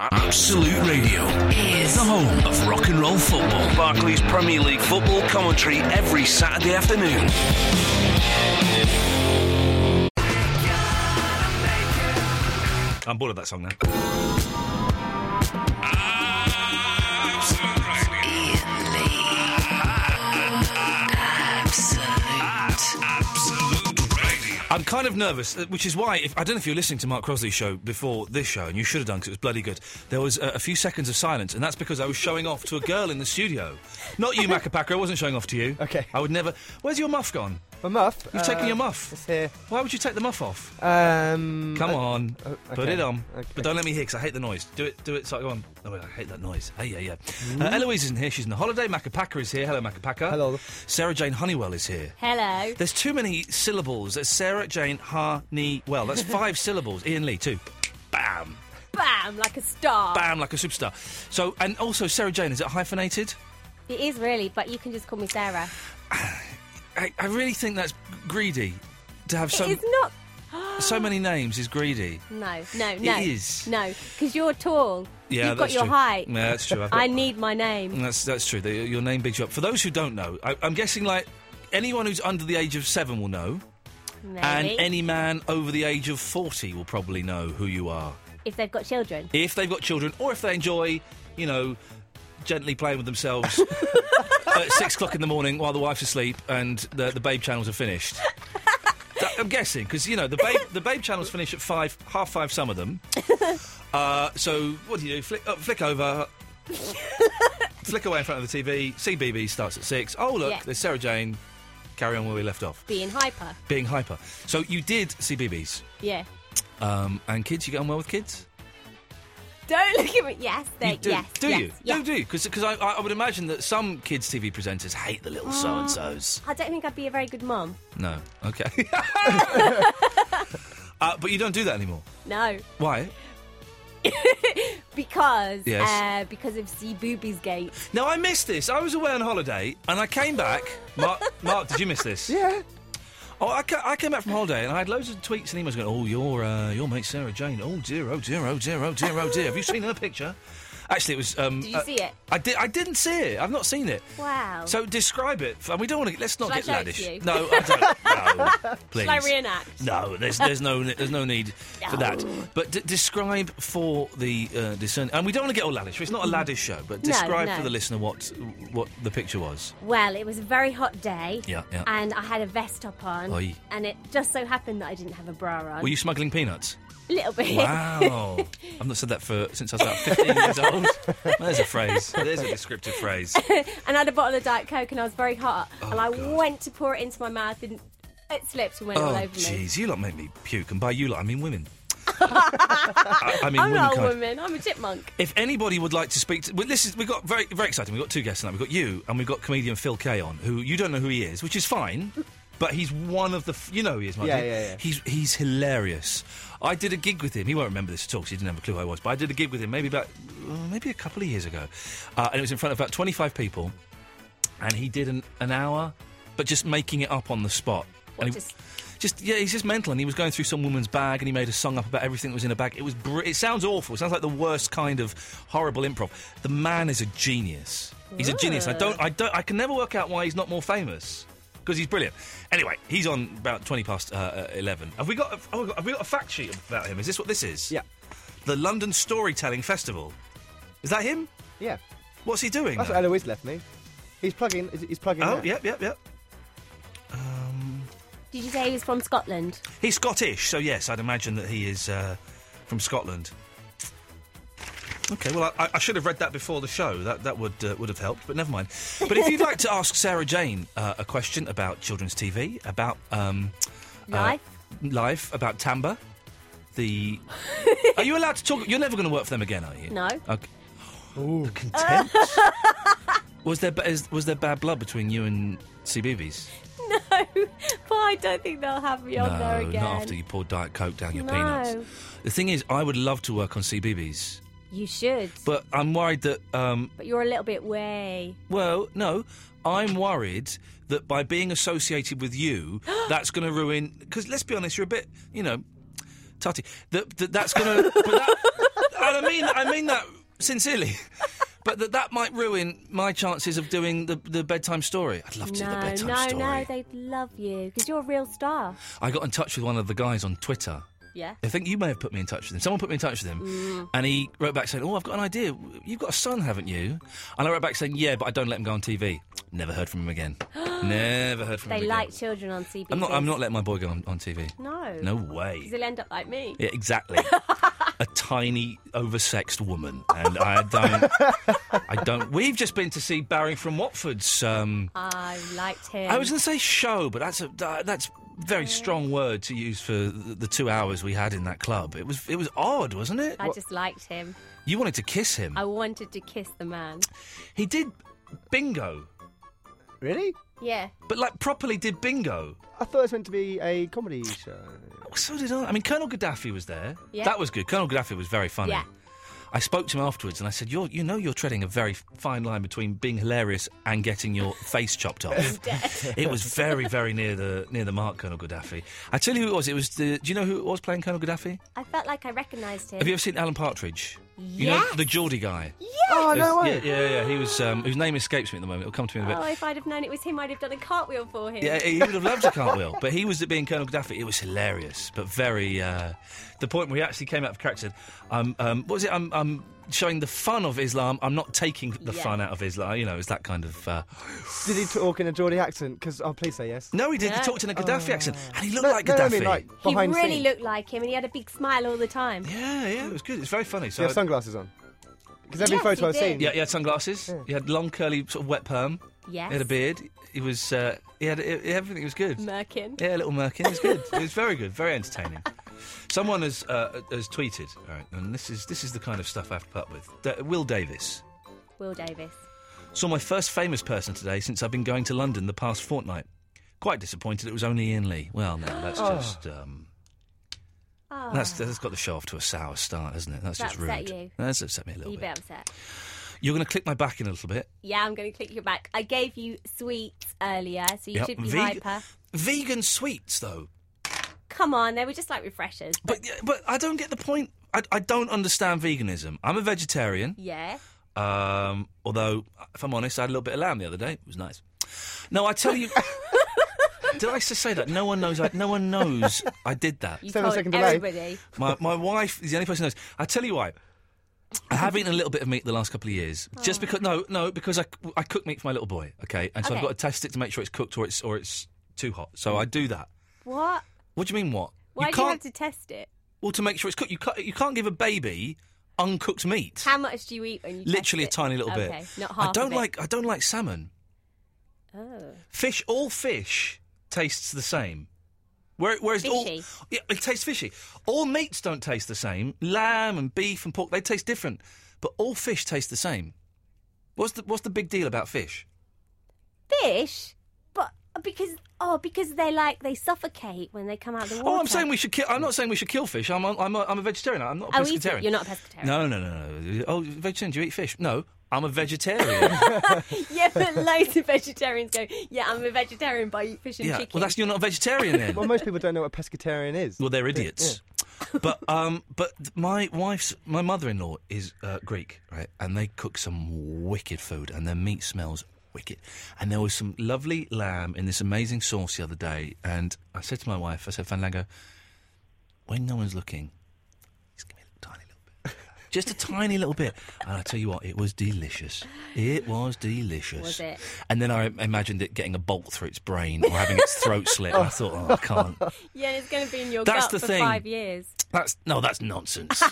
Absolute Radio, is the home of rock and roll football. Barclays Premier League football commentary every Saturday afternoon. I'm bored of that song now. Absolute Radio. Ian Lee. Absolute. Absolute Radio. I'm kind of nervous, uh, which is why if, I don't know if you were listening to Mark Crosley's show before this show, and you should have done because it was bloody good. There was uh, a few seconds of silence, and that's because I was showing off to a girl in the studio. Not you, Macapacker. I wasn't showing off to you. Okay. I would never. Where's your muff gone? My muff. uh, You've taken your muff. It's here. Why would you take the muff off? Um, Come uh, on, oh, put okay. it on, Okay. but don't let me hear because I hate the noise. Do it, do it. So go on. Oh, wait, I hate that noise. Hey, yeah, yeah. Uh, Eloise isn't here. She's on a holiday. Macapacker is here. Hello, Macapacker. Hello. Sarah Jane Honeywell is here. Hello. There's too many syllables. There's Sarah Jane Honeywell. That's five syllables. Ian Lee too. Bam, Bam, like a star. bam, like a superstar. So, and also Sarah Jane is it hyphenated? It is really, but you can just call me Sarah. I, I really think that's greedy. To have so it is not. so many names is greedy. No, no, no. is. No, because you're tall. Yeah, You've got that's your true. height. Yeah, that's true. I've got- I need my name. That's that's true. They, your name bigs you up. For those who don't know, I, I'm guessing like anyone who's under the age of seven will know, Maybe. and any man over the age of forty will probably know who you are if they've got children. if they've got children or if they enjoy, you know, gently playing with themselves at six o'clock in the morning while the wife's asleep and the, the babe channels are finished. That- I'm guessing because you know the babe the babe channels finish at five half five some of them. Uh, so what do you do? Flick, uh, flick over, flick away in front of the TV. CBB starts at six. Oh look, Yeah. there's Sarah Jane. Carry on where we left off, Being hyper. being hyper. So you did CBBS Yeah. um, and kids. You get on well with kids. Don't look at me. Yes, they, You do, yes. do yes, you? yes. Do do because I, I I would imagine that some kids TV presenters hate the little Oh. so and so's. I don't think I'd be a very good mum. No, okay. uh, but you don't do that anymore. No, Why? because Yes. uh, because of Z Boobies Gate. No, I missed this. I was away on holiday and I came back. Mark, Mark, did you miss this? Yeah. Oh, I, ca- I came back from holiday and I had loads of tweets and emails going, "Oh, your uh, your mate Sarah Jane. Oh dear, oh dear, oh dear, oh dear, oh dear. Have you seen her picture?" Actually, it was. Um, Did you uh, see it? I did. I didn't see it. I've not seen it. Wow. So describe it, and we don't want to. Let's not Shall I get laddish. show it to you? No, I don't. No, please. Shall I reenact? No, there's there's no there's no need for that. But d- describe for the uh, discern, and we don't want to get all laddish. It's not a laddish show, but No, describe no. for the listener what what the picture was. Well, it was a very hot day. Yeah, yeah. And I had a vest top on. Oi. And it just so happened that I didn't have a bra on. Were you smuggling peanuts? A little bit. Wow, I've not said that for since I was about 15 years old. There's a phrase. There's a descriptive phrase. and I had a bottle of Diet Coke and I was very hot. and I Oh, God. went to pour it into my mouth and it slipped and went all Oh, over me. jeez, you lot make me puke, and by you lot, I mean women. I, I mean I'm not a womankind. woman, I'm a chipmunk. If anybody would like to speak to, well, this is we've got very very exciting. We've got two guests tonight. We've got you and we've got comedian Phil Kay on, who you don't know who he is, which is fine, but he's one of the f- you know who he is, Mark. Yeah, don't you? yeah, yeah. He's he's hilarious. I did a gig with him. He won't remember this at all because he didn't have a clue who I was. But I did a gig with him maybe about uh, maybe a couple of years ago, uh, and it was in front of about twenty five people, and he did an, an hour, but just making it up on the spot. What, and he- just- just yeah, he's just mental, and he was going through some woman's bag, and he made a song up about everything that was in her bag. It was br- it sounds awful. It sounds like the worst kind of horrible improv. The man is a genius. He's a genius. I don't, I don't, I can never work out why he's not more famous because he's brilliant. Anyway, he's on about twenty past uh, uh, eleven. Have we got? A, oh, have we got a fact sheet about him? Is this what this is? Yeah. The London Storytelling Festival. Is that him? Yeah. What's he doing? That's though? what Eloise left me. He's plugging. he's- He's plugging. oh, that. yep, yep, yep. Did you say he was from Scotland? He's Scottish, so yes, I'd imagine that he is uh, from Scotland. Okay, well, I, I should have read that before the show. That that would uh, would have helped, but never mind. But if you'd like to ask Sarah Jane uh, a question about children's TV, about um, Life? life, about Tamba, the are you allowed to talk? You're never going to work for them again, are you? No. Okay. The contempt. was there ba- is, was there bad blood between you and CBeebies? No, but I don't think they'll have me on there no, again. not after you pour Diet Coke down your No. peanuts. The thing is, I would love to work on CBBS, You should, but, but I'm worried that, um, you're a little bit way. well, no, I'm worried that by being associated with you, that's going to ruin. Because let's be honest, you're a bit, you know, tutty. That, that that's going to. I mean, I mean that sincerely. But that that might ruin my chances of doing the, the bedtime story. I'd love to do the No, bedtime no, story. no, they'd love you because you're a real star. I got in touch with one of the guys on Twitter. Yeah. Mm. I think you may have put me in touch with him. Someone put me in touch with him, and he wrote back saying, "Oh, I've got an idea. You've got a son, haven't you?" And I wrote back saying, "Yeah, but I don't let him go on TV." Never heard from him again. Never heard from They him again. like children on CBBS. I'm not. I'm not letting my boy go on, on TV. No. No way. Because he'll end up like me. Yeah, exactly. a tiny, oversexed woman, and I don't. I don't. We've just been to see Barry from Watford's. Um, I liked him. I was going to say show, but that's a uh, that's very strong word to use for the, the two hours we had in that club. It was it was odd, wasn't it? I just liked him. You wanted to kiss him. I wanted to kiss the man. He did bingo, Really? Yeah. but like properly did bingo. I thought it was meant to be a comedy show. Oh, So did I. I mean, Colonel Gaddafi was there. Yeah. That was good. Colonel Gaddafi was very funny. Yeah. I spoke to him afterwards and I said, you're, you know, you're treading a very fine line between being hilarious and getting your face chopped off. it was very, very near the near the mark, Colonel Gaddafi. I tell you who it was. It was the. Do you know who it was playing Colonel Gaddafi? I felt like I recognised him. Have you ever seen Alan Partridge? You know Yes. the Geordie guy. Yeah. Oh, yeah, no way. yeah, yeah. He was um, whose name escapes me at the moment. It'll come to me in a bit. Oh, if I'd have known it was him, I'd have done a cartwheel for him. Yeah, he would have loved a cartwheel, but he was at being Colonel Gaddafi. It was hilarious, but very uh, the point where he actually came out of character. Um, um, what was it? I'm, I'm showing the fun of Islam. I'm not taking the Yeah. fun out of Islam. You know, it's that kind of. Uh... Did he talk in a Geordie accent? Because, oh, please say yes. No, he did. He No. talked in a Gaddafi accent, and he looked like no, Gaddafi. no, I mean, like, He behind really scenes. looked like him, and he had a big smile all the time. Yeah, yeah, it was good. It's very funny. Do So you have sunglasses on? Because every Yes, photo he I've did. seen. yeah, he had sunglasses. He had long, curly, sort of wet perm. Yes. He had a beard. He was. Uh, he had it, everything. was good. Merkin. Yeah, little Merkin. It was good. it was very good. Very entertaining. Someone has uh, has tweeted, all right, and this is this is the kind of stuff I have to put up with. Da- Will Davis Will Davis. saw my first famous person today since I've been going to London the past fortnight. Quite disappointed it was only Ian Lee. Well, no, that's just um, Oh, that's that's got the show off to a sour start, hasn't it? That's That just rude. upset you. That's upset me a little you bit. bit upset. You're going to click my back in a little bit. Yeah, I'm going to click you back. I gave you sweets earlier, so you Yep. should be Veg- hyper. Vegan sweets, though. Come on, they were just like refreshers. But but I don't get the point. I, I don't understand veganism. I'm a vegetarian. Yeah. Um, although, if I'm honest, I had a little bit of lamb the other day. It was nice. No, I tell you. Did I just say that? No one knows. I, no one knows I did that. You Seven told second delay. everybody. My, my wife is the only person who knows. I tell you why. I have eaten a little bit of meat the last couple of years, just because. No, no, because I, I cook meat for my little boy. Okay, and so I've Okay. got to test it to make sure it's cooked or it's or it's too hot. So I do that. What? What do you mean? What? Why you do you have can't. to test it? Well, to make sure it's cooked, you can't. You can't give a baby uncooked meat. How much do you eat when you test Literally a it? tiny little okay, bit. not half I don't of it. like. uh, I don't like salmon. Oh. Fish, all fish tastes the same. Where- Whereas all, Fishy. yeah, it tastes fishy. All meats don't taste the same. Lamb and beef and pork, they taste different. But all fish taste the same. What's the What's the big deal about fish? Fish? But because oh, because they like they suffocate when they come out of the water. Oh, I'm saying we should kill. I'm not saying we should kill fish. I'm I'm a, I'm a vegetarian. I'm not a Oh, eat pescatarian. it. You're not a pescatarian. No, no, no, no. Oh, vegetarian? Do you eat fish? No, I'm a vegetarian. Yeah, but loads of vegetarians go, yeah, I'm a vegetarian, but I eat fish and yeah. chicken. Well, that's you're not a vegetarian then. Well, most people don't know what a pescatarian is. Well, they're idiots. but um, but th- my wife's my mother-in-law is uh, Greek, right? And they cook some wicked food, and their meat smells wicked. And there was some lovely lamb in this amazing sauce the other day, and I said to my wife, I said, Fandango, when no one's looking, just give me a little, tiny little bit, just a tiny little bit. And I tell you what, it was delicious. It was delicious. Was it? And then I imagined it getting a bolt through its brain or having its throat slit. And I thought, oh, I can't. yeah, and it's going to be in your That's gut the for thing. five years. That's no, that's nonsense.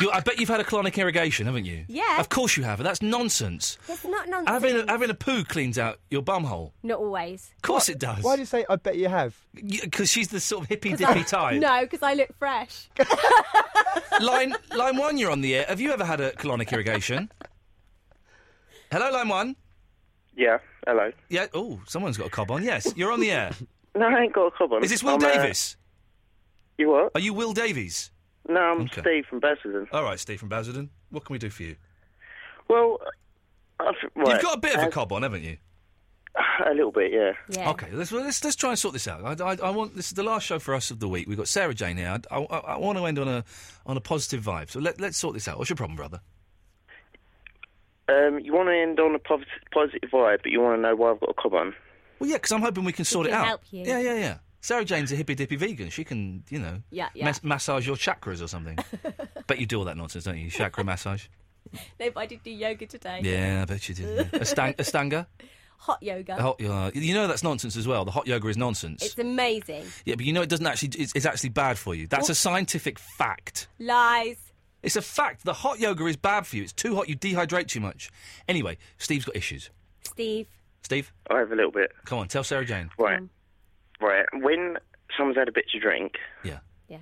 you, I bet you've had a colonic irrigation, haven't you? Yeah. Of course you have. That's nonsense. It's not nonsense. Having a, having a poo cleans out your bum hole. Not always. Of course it does. Why do you say, I bet you have? Because she's the sort of hippy dippy type. No, because I look fresh. Line line one, you're on the air. Have you ever had a colonic irrigation? Hello, line one. Yeah, hello. Yeah. Oh, someone's got a cob on. Yes, you're on the air. No, I ain't got a cob on. Is this Will I'm, uh, Davis? you what? Are you Will Davies? No, I'm Okay. Steve from Basildon. All right, Steve from Basildon. What can we do for you? Well, uh, I've, right, You've got a bit of a uh, cob on, haven't you? A little bit, yeah. Yeah. Okay, let's, well, let's let's try and sort this out. I, I, I want this is the last show for us of the week. We've got Sarah Jane here. I, I, I want to end on a on a positive vibe. So let let's sort this out. What's your problem, brother? Um, you want to end on a positive, positive vibe, but you want to know why I've got a cob on. Well, yeah, because I'm hoping we can sort it can out. help you. Yeah, yeah, yeah. Sarah Jane's a hippy dippy vegan. She can, you know, Yeah, yeah. mas- massage your chakras or something. bet you do all that nonsense, don't you? Chakra massage. No, but I did do yoga today. Yeah, I bet you do. yeah. A, stang- a stanga. Hot yoga. A hot, uh, you know that's nonsense as well. The hot yoga is nonsense. It's amazing. yeah, but you know it doesn't actually. It's, it's actually bad for you. That's a scientific fact. Lies. It's a fact. The hot yoga is bad for you. It's too hot. You dehydrate too much. Anyway, Steve's got issues. Steve. Steve, I have a little bit. come on, tell Sarah Jane. Right. Right. When someone's had a bit to drink Yeah. Yeah.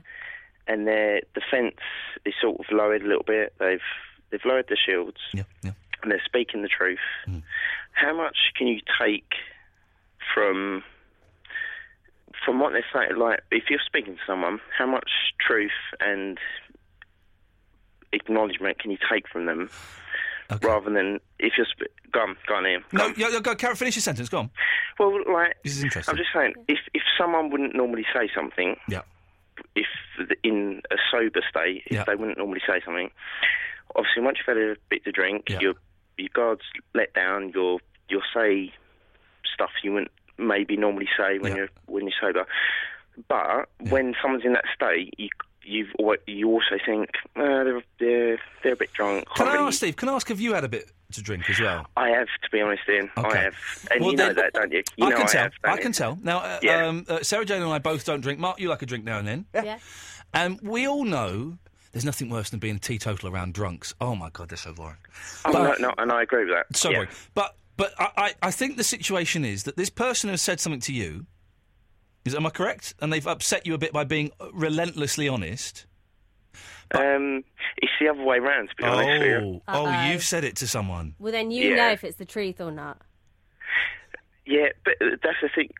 and their defence is sort of lowered a little bit, they've they've lowered their shields Yeah. Yeah. Mm. and they're speaking the truth. How much can you take from from what they're saying? Like, if you're speaking to someone, how much truth and acknowledgement can you take from them, Okay. rather than if you're sp- go on, go on, Ian. No, yo, yo, go, Karen, finish your sentence. Go on. Well, like This is interesting. I'm just saying, if if someone wouldn't normally say something, Yeah. if the- in a sober state, if Yeah. they wouldn't normally say something, obviously once you've had a bit to drink, Yeah. your your guard's let down. You'll you'll say stuff you wouldn't maybe normally say when Yeah. you're when you're sober. But when someone's in that state, you you've al- you also think uh, they're, they're they're a bit drunk. Can I can't really- ask Steve? Can I ask if you had a bit to drink as well? I have to be honest, Ian. Okay. I have, and Well, you know then- that, don't you? You I know can I tell. have, don't I you? can tell. Now, uh, Yeah. um, uh, Sarah Jane and I both don't drink. Mark, you like a drink now and then. Yeah. And we all know there's nothing worse than being a teetotal around drunks. Oh my God, they're so boring. Oh, But- no, no, and I agree with that. So Yeah. boring. But but I, I, I think the situation is that this person has said something to you. Is am I correct? And they've upset you a bit by being relentlessly honest. Um, it's the other way round, to be honest with you. Oh, oh, Uh-oh. you've said it to someone. Well, then you Yeah. know if it's the truth or not. Yeah, but uh, that's the thing.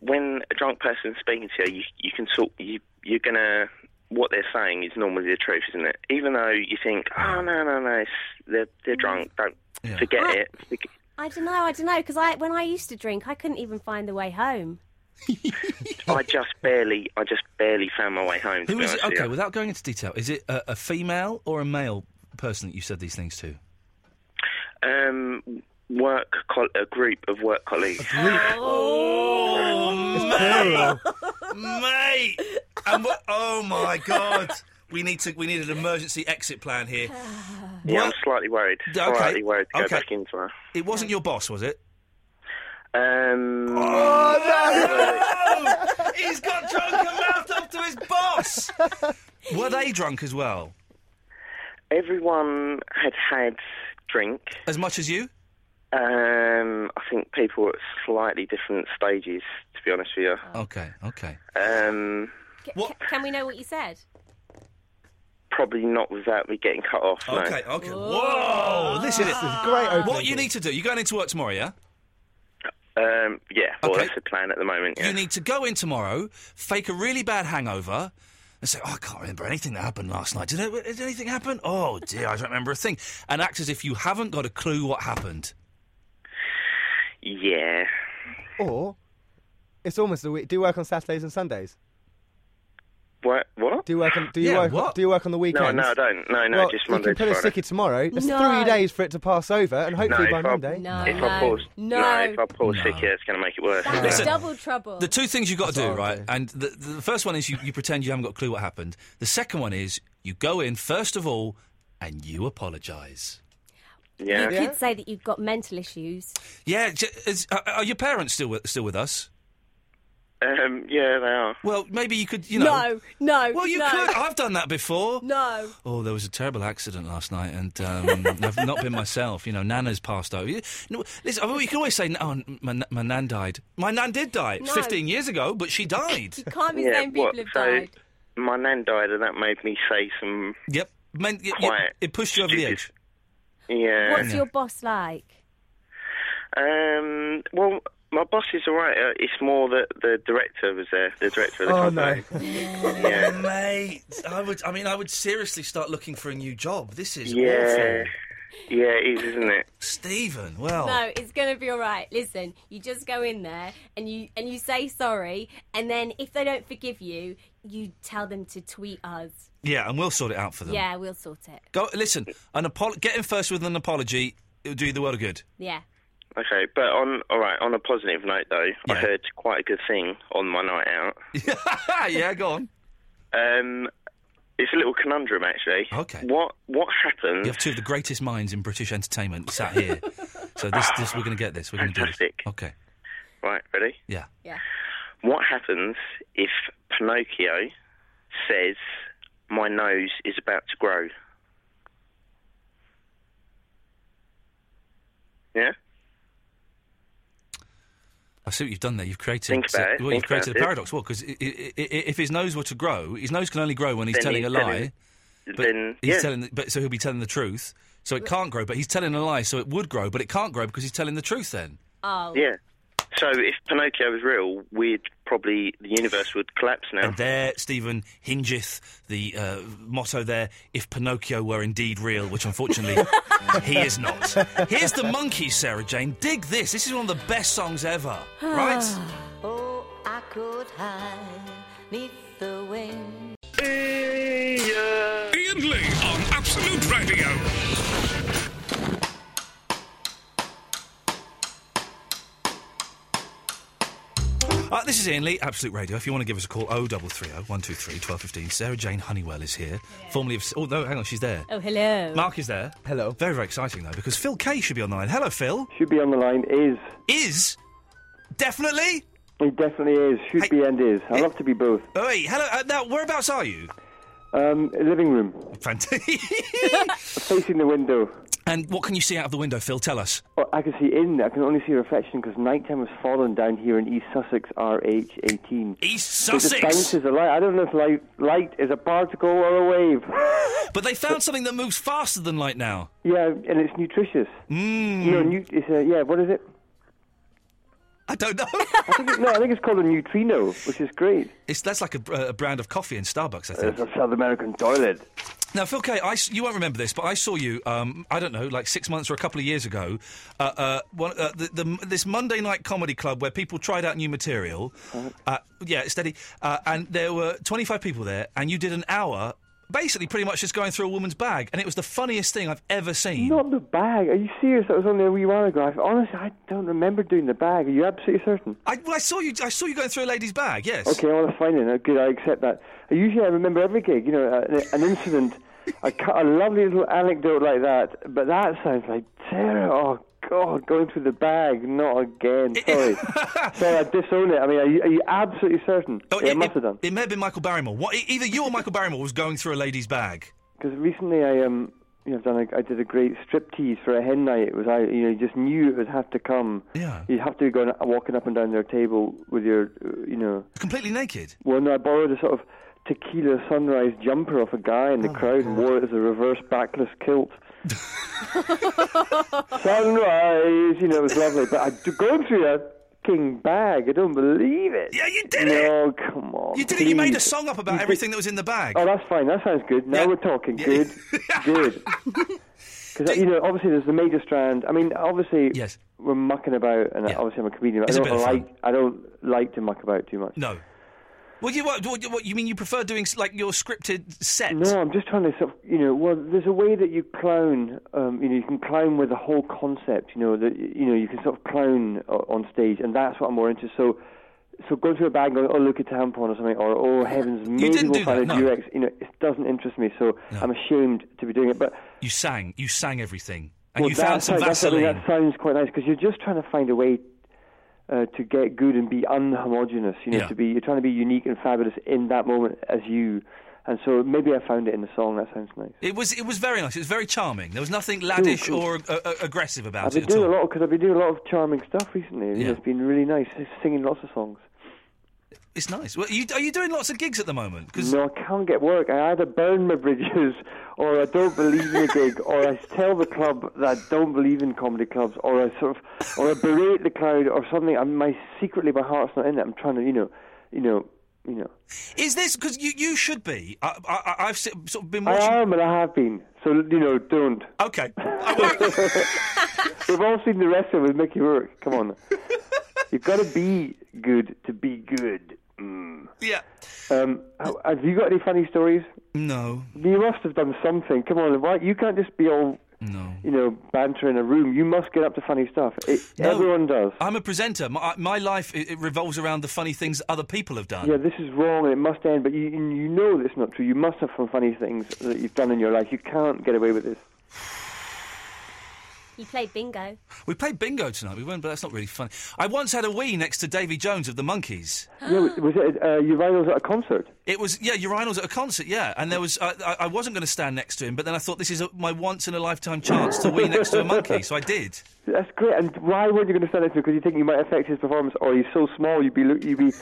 When a drunk person's speaking to you, you, you can sort. You, you're gonna. What they're saying is normally the truth, isn't it? Even though you think, oh no, no, no, it's, they're they're drunk. Don't Yeah. forget I- it. Forg- I don't know. I don't know because I when I used to drink, I couldn't even find the way home. I just barely, I just barely found my way home. To Who be is it? honest with Okay, you. without going into detail, is it a, a female or a male person that you said these things to? Um, work co- a group of work colleagues. Oh, Plural. mate! And what, oh my god! We need to. We need an emergency exit plan here. Yeah, I'm Work- slightly worried. Okay. Slightly worried to go Okay. back into her. It wasn't your boss, was it? Um, Oh, He's got drunk and mouthed up to his boss. Were they drunk as well, everyone had had drink. as much as you? Um, I think people were at slightly different stages, to be honest with you. Okay, okay. Um, C- What? Can we know what you said? probably not without me getting cut off. no. Okay, okay. Whoa! This is it. This is great opening. What you need to do, you're going into work tomorrow, yeah? Um, yeah, well, Okay. that's the plan at the moment. Yeah. You need to go in tomorrow, fake a really bad hangover, and say, oh, I can't remember anything that happened last night. Did, it, did anything happen? Oh, dear, I don't remember a thing. And act as if you haven't got a clue what happened. yeah. Oh. Or it's almost the week. Do you work on Saturdays and Sundays. What? What? Do you work on? Do you Yeah, work? what? Do you work on the No, weekends? no, I don't. No, no, well, just you Monday can to put a Friday. sickie tomorrow. It's No. three days for it to pass over, and No, hopefully by if I- Monday. No. If I pause, No. if I pause No. sick, yeah, it's going to make it worse. That's Listen, double trouble. The two things you've got to do, That's all I right? And the, the first one is you, you pretend you haven't got a clue what happened. The second one is you go in, first of all, and you apologise. Yeah. You could say that you've got mental issues. Yeah, j- is, are- are your parents still with, still with us? Um, yeah, they are. Well, maybe you could, you know. no, no. Well, you no, could. I've done that before. No. Oh, there was a terrible accident last night, and um, I've not been myself. You know, Nana's passed over. You, no, listen, I mean, you can always say, "Oh, my, na- my nan died." My nan did die No. 15 years ago, but she died. You can't be Yeah, saying people what? have So- died. My nan died, and that made me say some. yep, meant y- y- Quiet. it pushed you over the Stupid. edge. Yeah. What's your boss like? Um, well, my boss is all right. Uh, It's more that the director was there, the director of the Oh no. company. Yeah. Mate, I would. I mean, I would seriously start looking for a new job. This is Yeah. awful. Yeah, it is, isn't it? Stephen, well, No, it's gonna be all right. Listen, you just go in there and you and you say sorry, and then if they don't forgive you, you tell them to tweet us. yeah, and we'll sort it out for them. Yeah, we'll sort it. Go listen. An apo- get in first with an apology. It'll do you the world of good. Yeah. Okay, but on all right. On a positive note, though, I Yeah. heard quite a good thing on my night out. yeah, go on. Um, it's a little conundrum, actually. Okay. What What You happens? have two of the greatest minds in British entertainment sat here. so this, this we're going to get this. We're going to do this. Fantastic. Okay. Right, ready? Yeah. Yeah. What happens if Pinocchio says, "My nose is about to grow"? Yeah. I see what you've done there. You've created Think about it, well, think you've created about a it. paradox. Well, because if his nose were to grow, his nose can only grow when he's Then telling he's a lie. telling- but then he's yeah. telling, the, but so he'll be telling the truth. So it can't grow, but he's telling a lie. So it would grow, but it can't grow because he's telling the truth. Then Oh. Yeah. So if Pinocchio was real, we'd probably the universe would collapse now. And there, Stephen, hingeth the uh, motto there if Pinocchio were indeed real, which unfortunately he is not. Here's the monkey, Sarah Jane. Dig this. This is one of the best songs ever. Right? Oh, I could hide neath the wind. Ian Lee on Absolute Radio. Uh, this is Ian Lee, Absolute Radio. If you want to give us a call, 0330 123 1215. Sarah Jane Honeywell is here. Formerly of. Oh, no, hang on, she's there. Oh, hello. Mark is there. Hello. Very, very exciting, though, because Phil Kay should be on the line. Hello, Phil. Should be on the line is. Is. Definitely. He definitely is. Should Hey. be and is. I love to be both. Oh, hey, hello. Uh, now, whereabouts are you? Um, living room, Fantastic. facing the window. and what can you see out of the window, Phil? Tell us. Oh, I can see in. I can only see reflection because nighttime has fallen down here in East Sussex, RH18. East It just Sussex. bounces a light. I don't know if light, light is a particle or a wave. But they found something that moves faster than light now. yeah, and it's nutritious. Hmm. Mm. No, nu- it's a, yeah. What is it? I don't know. I think it? No, I think it's called a neutrino, which is great. it's that's like a, a brand of coffee in Starbucks, I It's think. a South American toilet. Now, Phil Kay, I s you won't remember this, but I saw you. Um, I don't know, like six months or a couple of years ago. Uh, uh, one, uh, the, the, this Monday night comedy club where people tried out new material. Uh, yeah, steady. Uh, and there were twenty-five people there, and you did an hour. Basically, pretty much just going through a woman's bag, and it was the funniest thing I've ever seen. Not the bag. Are you serious? That was only a wee while ago. I, honestly, I don't remember doing the bag. Are you absolutely certain? I, well, I saw you. I saw you going through a lady's bag. Yes. Okay, I want to find it. now. Good, I accept that. Usually, I remember every gig. You know, a- an incident, a, cu- a lovely little anecdote like that. But that sounds like terror. Oh God, going through the bag. Not again. Sorry, sorry, I disown it. I mean, are you, are you absolutely certain? Oh, yeah, I must have done. it may have been Michael Barrymore. What, e- either you or Michael Barrymore was going through a lady's bag. Because recently, I um, you know, I've done. A, I did a great striptease for a hen night. It was I, you know, you just knew it would have to come. Yeah. You have to go and, walking up and down their table with your, uh, you know. Completely naked. Well, no, I borrowed a sort of tequila sunrise jumper off a guy Oh, in the crowd and wore it as a reverse backless kilt. sunrise, you know, it was lovely. But I d- going through that king bag, I don't believe it. Yeah, you did it! No, come on. You did it. You made a please. song up Oh, You about did- everything that was in the bag. Oh, that's fine. That sounds good. Now Yeah. we're talking. Yeah. Good. good. Because, you know, obviously there's the major strand. I mean, obviously, Yes. we're mucking about, and Yeah. obviously I'm a comedian. but It's a I bit don't of fun. like I don't like to muck about too much. No. Well, you what, what, what? You mean you prefer doing s- like your scripted set? No, I'm just trying to sort of, you know, well, there's a way that you clown, um, you know, you can clown with the whole concept, you know, that, you know, you can sort of clown o- on stage, and that's what I'm more into. So, so going through a bag and going, oh, look, a tampon or something, or, oh, heavens, maybe didn't we'll do find that, a no. Durex, you know, it doesn't interest me, so I'm ashamed to be doing it. But You sang. You sang everything, and well, you that, found some that's- I Vaseline. mean, that sounds quite nice because you're just trying to find a way uh, to get good and be unhomogeneous. You know, Yeah. to be you're trying to be unique and fabulous in that moment as you. And so maybe I found it in the song. That sounds nice. It was. It was very nice. It was very charming. There was nothing laddish or uh, uh, aggressive about I've it been at doing a all. lot because I've been doing a lot of charming stuff recently. You know, Yeah. It's been really nice singing lots of songs. It's nice. Well, you, are you doing lots of gigs at the moment? Because No, I can't get work. I either burn my bridges, or I don't believe in a gig, or I tell the club that I don't believe in comedy clubs, or I sort of, or I berate the crowd, or something. I'm my secretly my heart's not in it. I'm trying to, you know, you know, you know. is this because you, you should be? I, I, I- I've s- sort of been I watching. am, and I have been. So you know, don't. Okay, I will. We've all seen the wrestling with Mickey Rourke. Come on, you've got to be good to be good. Mm. yeah. Um, how- have you got any funny stories? No, You must have done something. Come on, why you can't just be all no. you know, banter in a room. You must get up to funny stuff. It, No. Everyone does. I'm a presenter. My, my life it, it revolves around the funny things other people have done. Yeah, this is wrong and it must end, but you, you know that's not true. You must have some funny things that you've done in your life. You can't get away with this. You played bingo. We played bingo tonight. We won, but that's not really funny. I once had a wee next to Davy Jones of the Monkeys. Yeah, was- was it uh, urinals at a concert? It was yeah, urinals at a concert, yeah. And there was I, I, I wasn't going to stand next to him, but then I thought this is a, my once in a lifetime chance to wee next to a monkey, so I did. That's great. And why weren't you going to stand next to him? Because you think you might affect his performance, or he's so small you'd be look, you'd be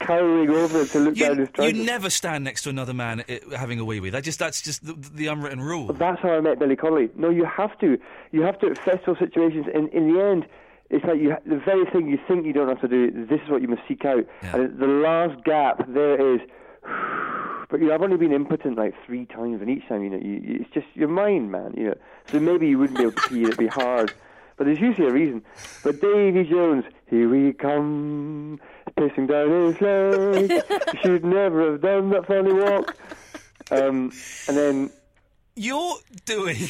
cowering over to look down You, his you trousers. never stand next to another man uh, having a wee wee. That just that's just the, the unwritten rule. That's how I met Billy Connolly. No, you have to. You have to at festival situations, and in the end, it's like you, the very thing you think you don't have to do. This is what you must seek out. Yeah. And the last gap there it is. But you know, I've only been impotent like three times, and each time, you know, you, you- it's just your mind, man. You know, so maybe you wouldn't be able to pee. It'd be hard. But there's usually a reason. But Davy Jones, here we come, pacing down his leg. You should never have done that funny walk. Um, and then You're doing.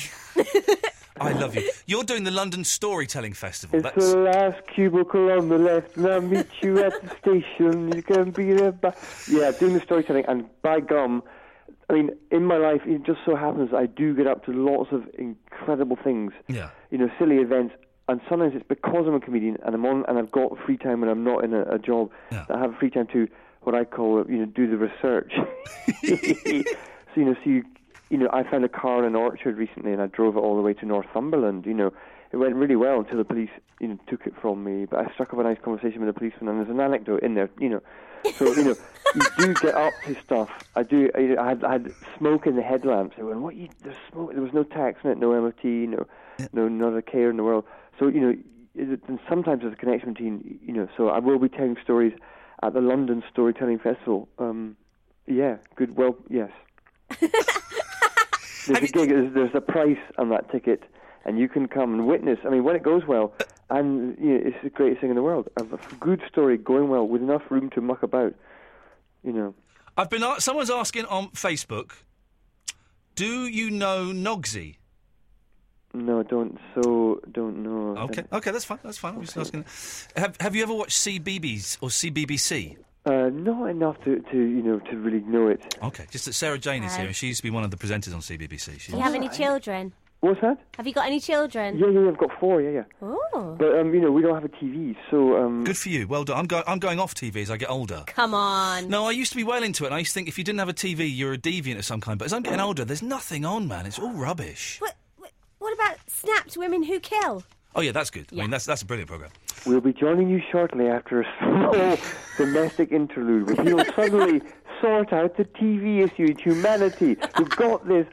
I love you. You're doing the London Storytelling Festival. It's That's the last cubicle on the left, and I'll meet you at the station. You can be there. By... Yeah, doing the storytelling, and by gum, I mean, in my life, it just so happens I do get up to lots of incredible things. Yeah. You know, silly events, and sometimes it's because I'm a comedian and I'm on and I've got free time when I'm not in a, a job. Yeah. that I have free time to what I call, you know, do the research. so you know, so you, you know, I found a car in an orchard recently, and I drove it all the way to Northumberland. You know, it went really well until the police, you know, took it from me. But I struck up a nice conversation with the policeman, and there's an anecdote in there. You know, so you know, you do get up to stuff. I do. I, I, had, I had smoke in the headlamps. And what you, there's smoke. There was no tax in it, no MOT, no, no, not a care in the world. So you know. Is it, and sometimes there's a connection between, you know, so I will be telling stories at the London Storytelling Festival. Um, yeah, good. Well, yes. there's a gig. There's, there's a price on that ticket, and you can come and witness. I mean, when it goes well, and you know, it's the greatest thing in the world. A good story going well with enough room to muck about. You know, I've been. a- Someone's asking on Facebook. Do you know Nogsy? no, don't. So don't know. Okay, okay, that's fine. That's fine. I'm just asking. Have Have you ever watched CBBS or CBBC? Uh, not enough to, to you know to really know it. Okay, just that Sarah Jane is Uh, here, and she used to be one of the presenters on CBBC. She Do you have any children? What's that? Have you got any children? Yeah, yeah, I've got four. Yeah, yeah. Oh, But um, you know, we don't have a TV, so um, Good for you. Well done. I'm, go- I'm going off TV as I get older. come on. No, I used to be well into it, and I used to think if you didn't have a TV, you're a deviant of some kind. But as I'm getting older, there's nothing on, man. It's all rubbish. What, what, what about snapped women who kill? Oh, yeah, that's good. I Yeah. mean, that's, that's a brilliant programme. We'll be joining you shortly after a small domestic interlude where he'll suddenly sort out the TV issue. It's humanity who got this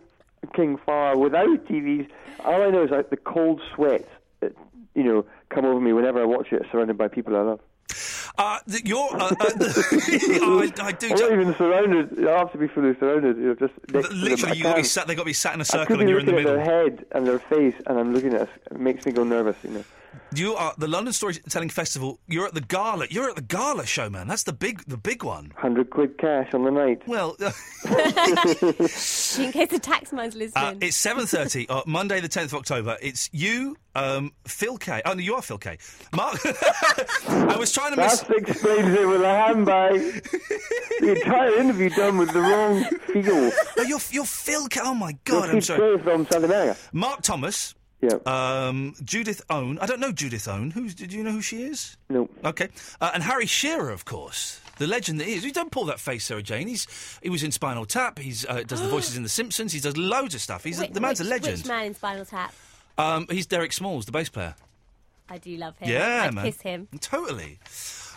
King Fire without TVs. All I know is like the cold sweat, that, you know, come over me whenever I watch it, surrounded by people I love. Uh, th- you're. Uh, uh, oh, I, I do. I'm not ju- even surrounded. I have to be fully surrounded. You know, just next to them. I Literally, you got to be can't. sat. They got to be sat in a I could circle, be and you're in looking the at their middle. head and their face, and I'm looking at. It makes me go nervous. You know. You are the London Storytelling Festival. You're at the gala. You're at the gala show, man. That's the big, the big one. Oh, Hundred quid cash on the night. Well, In case the taxman's Uh, listening. it's seven thirty uh, Monday, the tenth of October. It's you, um, Phil K. Oh no, you are Phil K. Mark, I was trying to miss. That explains it with a handbag. the entire interview done with the wrong feel. No, you're you're Phil K. Oh my You'll God, I'm keep sorry. Dave from South America. Mark Thomas, Yeah. um, Judith Owen. I don't know Judith Owen. Who's? Do you know who she is? no. Okay, uh, and Harry Shearer, of course, the legend that he is. You don't pull that face, Sarah Jane. He's he was in Spinal Tap. He's uh, does the voices in The Simpsons. He does loads of stuff. He's a- Whi- the man's which, a legend. Which man in Spinal Tap? Um, he's Derek Smalls, the bass player. I do love him. Yeah, I'd man. kiss him. Totally.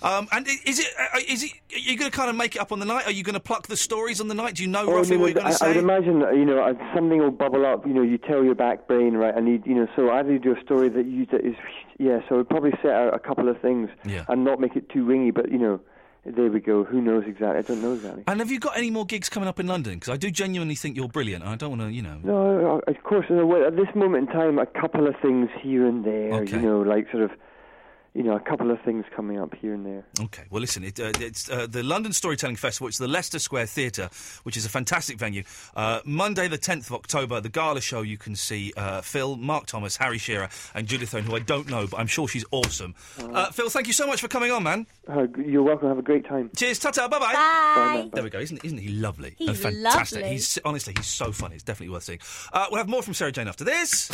Um, and i- is it? uh, Is it? Are you going to kind of make it up on the night? Are you going to pluck the stories on the night? Do you know Well, roughly I mean, what you're I, going to I say? would imagine, uh, you know, uh, something will bubble up. You know, you tell your back brain, right? I need, you know, so I need to do a story that you that is, yeah. So I would probably set out a couple of things Yeah. and not make it too wingy. But you know, there we go. Who knows exactly? I don't know exactly. and have you got any more gigs coming up in London? Because I do genuinely think you're brilliant. and I don't want to, you know. No, uh, of course. uh, well, At this moment in time, a couple of things here and there. Okay. You know, like sort of, you know, a couple of things coming up here and there. Okay, well, listen, it, uh, it's uh, the London Storytelling Festival. It's the Leicester Square Theatre, which is a fantastic venue. Uh, Monday, the 10th of October, the gala show, you can see uh, Phil, Mark Thomas, Harry Shearer, and Judith Owen, who I don't know, but I'm sure she's awesome. Uh, Phil, thank you so much for coming on, man. Mm. Uh, g- you're welcome. Have a great time. Cheers, ta ta, bye bye. Bye. There we go. Isn't, isn't he lovely? He's and fantastic. lovely. He's honestly, he's so funny. It's definitely worth seeing. Uh, we'll have more from Sarah Jane after this.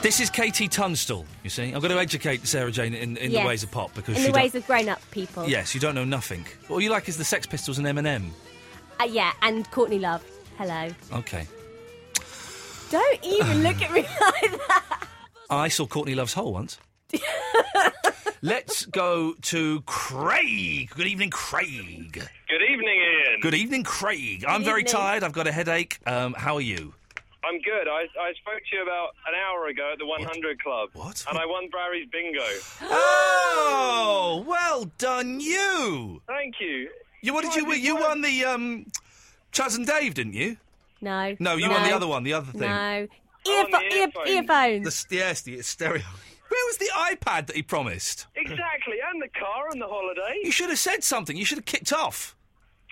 This is Katie Tunstall. You see, I've got to educate Sarah Jane in, in Yes. the ways of pop because in she the ways don't- of grown-up people. yes, you don't know nothing. All you like is the Sex Pistols and Eminem. Uh, yeah, and Courtney Love. Hello. Okay. Don't even look at me like that. I saw Courtney Love's Hole once. Let's go to Craig. Good evening, Craig. Good evening, Ian. Good evening, Craig. I'm very evening. tired. I've got a headache. Um, how are you? I'm good. I, I spoke to you about an hour ago at the 100 Club. What? And I won Barry's bingo. Oh, well done, you. Thank you. You what did you win? You won the um, Chaz and Dave, didn't you? No. No, you won the other one, the other thing. No. Oh, Earfo- the ear- earphones. earphones. The s- yes, the stereo. Where was the iPad that he promised? Exactly. And the car and the You holiday. should have said something. You should have kicked off.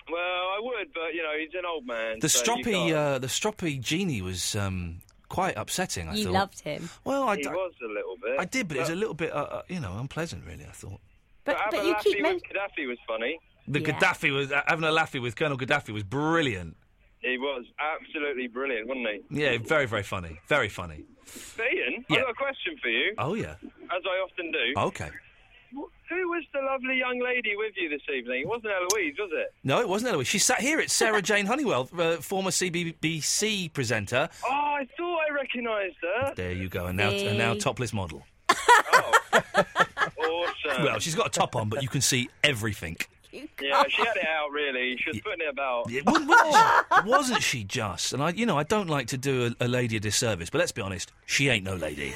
Well, I would, but, you know, he's an old man. The so you stroppy, can't. uh, the stroppy genie was um, quite upsetting. I you thought. loved him. Well, I, He d- was a little bit. I did, but it was a little bit, uh, uh, you know, unpleasant. Really, I thought. But, but having you a keep laughy men- with Gaddafi was funny. The Yeah. Gaddafi was uh, having a laughy with Colonel Gaddafi was brilliant. He was absolutely brilliant, wasn't he? Yeah, very, very funny. Very funny. But Ian, Yeah. I've got a question for you, Oh, yeah. as I often do. Okay. Who was the lovely young lady with you this evening? It wasn't Eloise, was it? No, it wasn't Eloise. She sat here. It's Sarah Jane Honeywell, uh, former CBBC presenter. Oh, I thought I recognised her. There you go. And now, and now Hey. topless model. Oh, Awesome. Well, she's got a top on, but you can see everything. yeah, she had it out, really. She was putting it about. It wasn't, wasn't she? Wasn't she just? And I, you know, I don't like to do a, a lady a disservice, but let's be honest, she ain't no lady.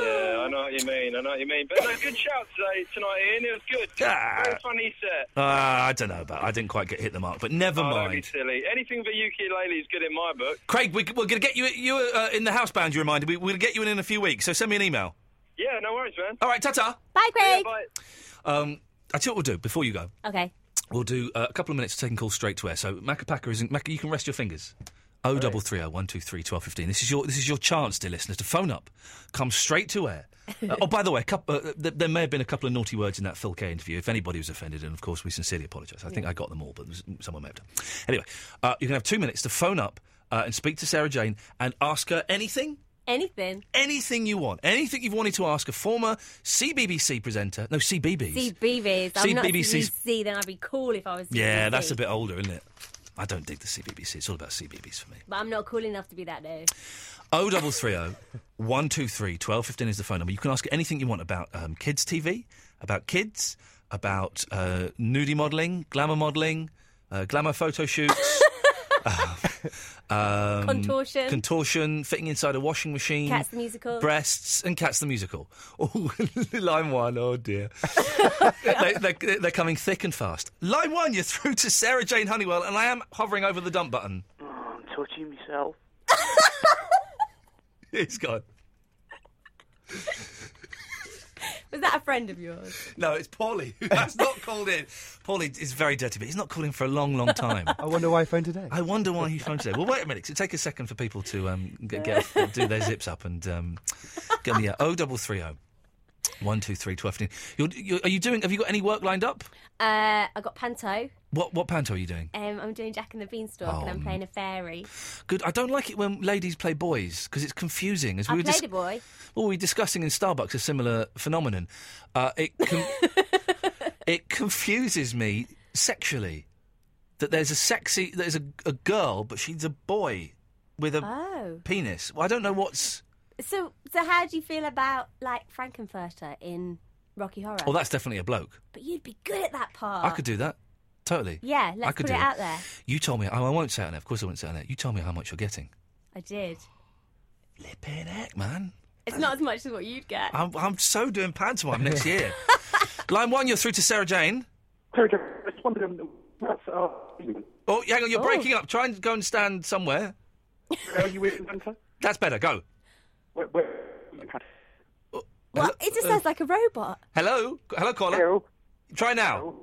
Yeah, I know what you mean. I know what you mean. But no, good shout today, tonight, Ian. It was good. Ah. Very funny set. Uh, I don't know about. I didn't quite get hit the mark, but never Oh, don't be mind. silly. Anything but ukulele is good in my book. Craig, we, we're going to get you you uh, in the house band. You reminded me. We'll get you in in a few weeks. So send me an email. Yeah, no worries, man. All right, ta-ta. Bye, Yeah, Craig. bye. Um, I tell you what we'll do before you go. okay. We'll do uh, a couple of minutes of taking calls straight to air. So Macapaca isn't Maca, you can rest your fingers. O double three O one two three twelve fifteen. This is your this is your chance, dear listeners, to phone up, come straight to air. Uh, oh, by the way, a couple, uh, th- there may have been a couple of naughty words in that Phil K interview. If anybody was offended, and of course we sincerely apologise. I think I got them all, but s- someone may have done. Anyway, uh, you can have two minutes to phone up uh, and speak to Sarah Jane and ask her anything Anything. anything you want, anything you've wanted to ask a former CBBC presenter, no CBBS. See BBs. I'm See not BBCs. BBC, then I'd be cool if I was. yeah, BBC. that's a bit older, isn't it? I don't dig the CBBC. It's all about CBBS for me. But I'm not cool enough to be that though. O double three O one two three twelve fifteen is the phone number. You can ask anything you want about um, kids TV, about kids, about uh, nudie modelling, glamour modelling, uh, glamour photo shoots, um, Contortion. contortion, fitting inside a washing machine, Cats the musical. breasts, and Cats the musical. Oh, line one, oh dear. they, they're, they're coming thick and fast. Line one, you're through to Sarah Jane Honeywell, and I am hovering over the dump button. I'm touching myself. It's gone. Was that a friend of yours? No, it's Paulie who has not called in. Paulie is very dirty, but he's not calling for a long, long time. I wonder why I phoned today. I wonder why he phoned today. Well, wait a minute. 'cause It'll take a second for people to um, get, get do their zips up and um, get me O double three O. One two three twelve. You're, you're, are you doing? Have you got any work lined up? Uh, I got Panto. What what panto are you doing? Um, I'm doing Jack and the Beanstalk, and I'm Oh. playing a fairy. Good. I don't like it when ladies play boys because it's confusing. As we I were played dis- a boy. well, we were discussing in Starbucks a similar phenomenon. Uh, it com- it confuses me sexually that there's a sexy there's a, a girl but she's a boy with a Oh, penis. Well, I don't know what's So, so how do you feel about like Frankenfurter in Rocky Horror? Well, Oh, that's definitely a bloke. But you'd be good at that part. I could do that. Totally. Oh. Yeah, let's I could put do it out there. You told me. Oh, I won't say it on there. Of course, I won't say it on there. You told me how much you're getting. I did. Flipping heck, man. It's not as much as what you'd get. I'm, I'm so doing pantomime next year. Line one, you're through to Sarah Jane. Terry, I just wondered um, what's uh, Oh, hang on, you're breaking up. Try and go and stand somewhere. are you with Santa? That's better. Go. Oh, Where, where? Well, it just Uh, sounds like a robot. Hello? Hello, caller? Hello. Try now.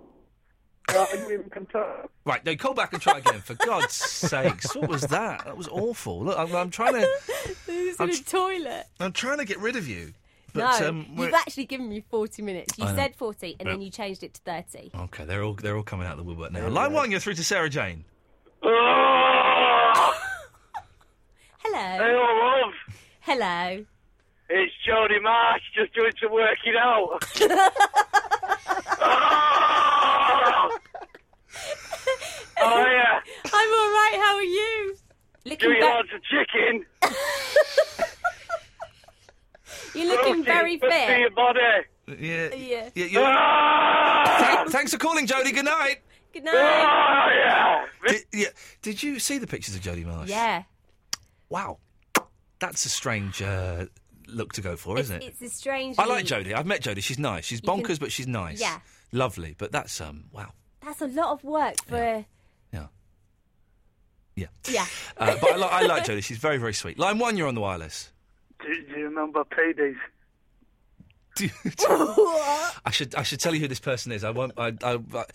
Uh, are you in Kentucky? Right, no, call back and try again. For God's sakes, what was that? That was awful. Look, I'm, I'm trying to, It's I'm in a tr- toilet. I'm trying to get rid of you. But, No, um, we're- you've actually given me 40 minutes. You I know. said 40 and then Yeah. you changed it to 30. okay, they're all they're all coming out of the woodwork now. Line one, you're through to Sarah Jane. Hello. all love. Hello. It's Jody Marsh just doing some working out. oh yeah, I'm all right. How are you? Looking doing ve- lots of chicken. You're Protein looking very for fit. your body. Yeah. Yeah. yeah you're- Thank- thanks for calling, Jodie. Good night. Good night. Did, yeah. Did you see the pictures of Jodie Marsh? Yeah. Wow. That's a strange uh, look to go for, isn't it? It's a strange. I like Jodie. I've met Jodie. She's nice. She's You can- bonkers, but she's nice. Yeah. Lovely. But that's um wow. That's a lot of work for. Yeah. Yeah. Uh, but I, li- I like Jodie. She's very very sweet. Line one, you're on the wireless. Do, do you remember paydays? I should I should tell you who this person is. I won't. I, I, I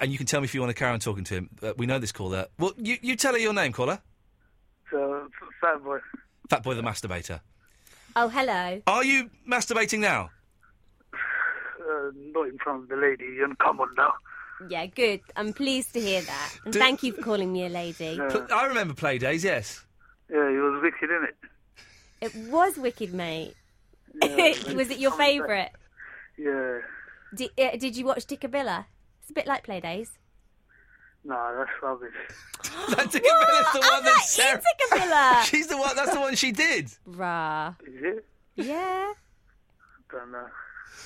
and you can tell me if you want to carry on talking to him. Uh, we know this caller. Well, you you tell her your name, caller. uh, So fat boy. Fat boy the masturbator. Oh, hello. Are you masturbating now? Uh, not in front of the lady. You can come on now. Yeah, good. I'm pleased to hear that. And Do- thank you for calling me a lady. Pl- I remember play days. Yes. Uh, Yeah, he was wicked, innit? It was wicked, mate. was it your favourite? Yeah. Did, uh, did you watch Dickabilla? It's a bit like Playdays. Nah, that's rubbish. That's Dickabilla, the one that Sarah. Dickabilla. She's the one. That's the one she did. Rah. Is it? Yeah. Don't know.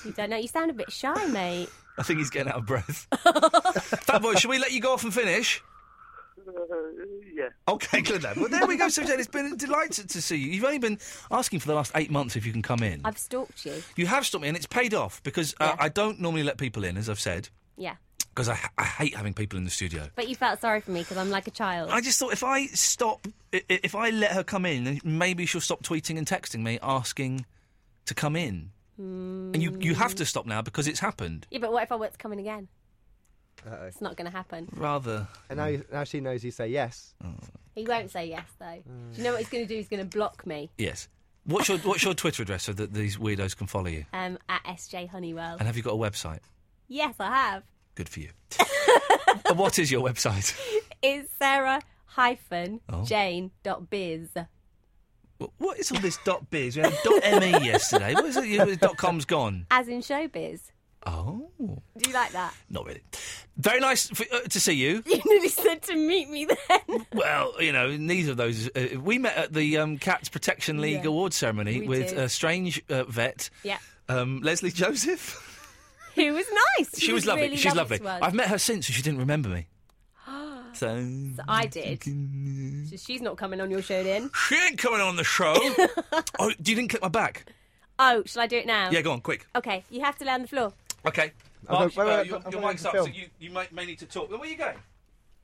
You don't know. You sound a bit shy, mate. I think he's getting out of breath. Fat boy, should we let you go off and finish? Uh, yeah. Okay, good then. Well, there we go, Sarah Jane. It's been a delight to- to see you. You've only been asking for the last eight months if you can come in. I've stalked you. You have stopped me, and it's paid off because uh, I don't normally let people in, as I've said, Yeah. because I, ha- I hate having people in the studio. But you felt sorry for me because I'm like a child. I just thought if I stop, i- i- if I let her come in, then maybe she'll stop tweeting and texting me asking to come in. And you, you have to stop now because it's happened. Hmm. Yeah, but what if I were to come in again? Uh-oh. It's not going to happen. Rather. Mm. And now, you, now she knows you say yes. He won't say yes, though. Do you know what he's going to do? He's going to block me Yes. What's your What's your Twitter address so that these weirdos can follow you? um, at SJ Honeywell. And have you got a website? Yes, I have. Good for you. And what is your website? It's Sarah hyphen Oh. Jane dot biz. Wh- What is all this dot biz? We had a dot me yesterday. What is it? You- Dot com's gone. As in showbiz. Oh, Do you like that? not really. Very nice for, uh, to see you. You nearly said to meet me then. Well, you know, neither of those. Uh, we met at the um, Cats Protection League Yeah. Awards ceremony We with did. a strange uh, vet, Yeah. um, Leslie Joseph. He was nice. she was lovely. really She's lovely. to us. I've met her since, and she didn't remember me. So So I did. So she's not coming on your show then. she ain't coming on the show. oh, you didn't clip my back. Oh, shall I do it now? Yeah, go on, quick. Okay, you have to lay on the floor. Okay. I've got- Mark, wait, wait, uh, I've your, got- I've your got mic's to up, film. so you, you might, may need to talk. Where are you going?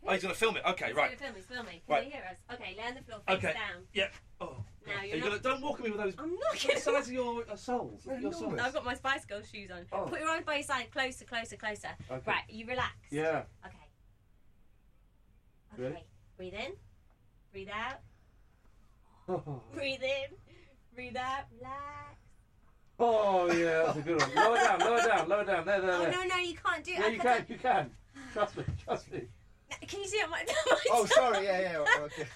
Oh, he's going to film it. Okay, right. Film me, film me. Right. Can you hear us? Okay, lay on the floor, face Okay. down. Yeah. Oh. Now Are you're you not- gonna, don't walk at me with those. I'm not What's gonna- the size of your uh, soles? Your soles. I've got my Spice Girl shoes on. Oh. Put your arms by your side, closer, closer, closer. Okay. Right, you relax. Yeah. Okay. Okay. Ready? Breathe in. Breathe out. Breathe in. Breathe out. Relax. Oh, yeah, that's a good one. Lower down, lower down, lower down. There, there, Oh there. no, no, you can't do it. Yeah, I you can't can, you can. Trust me, trust me. do- No, Can you see it? My, Oh, sorry. Yeah, yeah. well, Okay.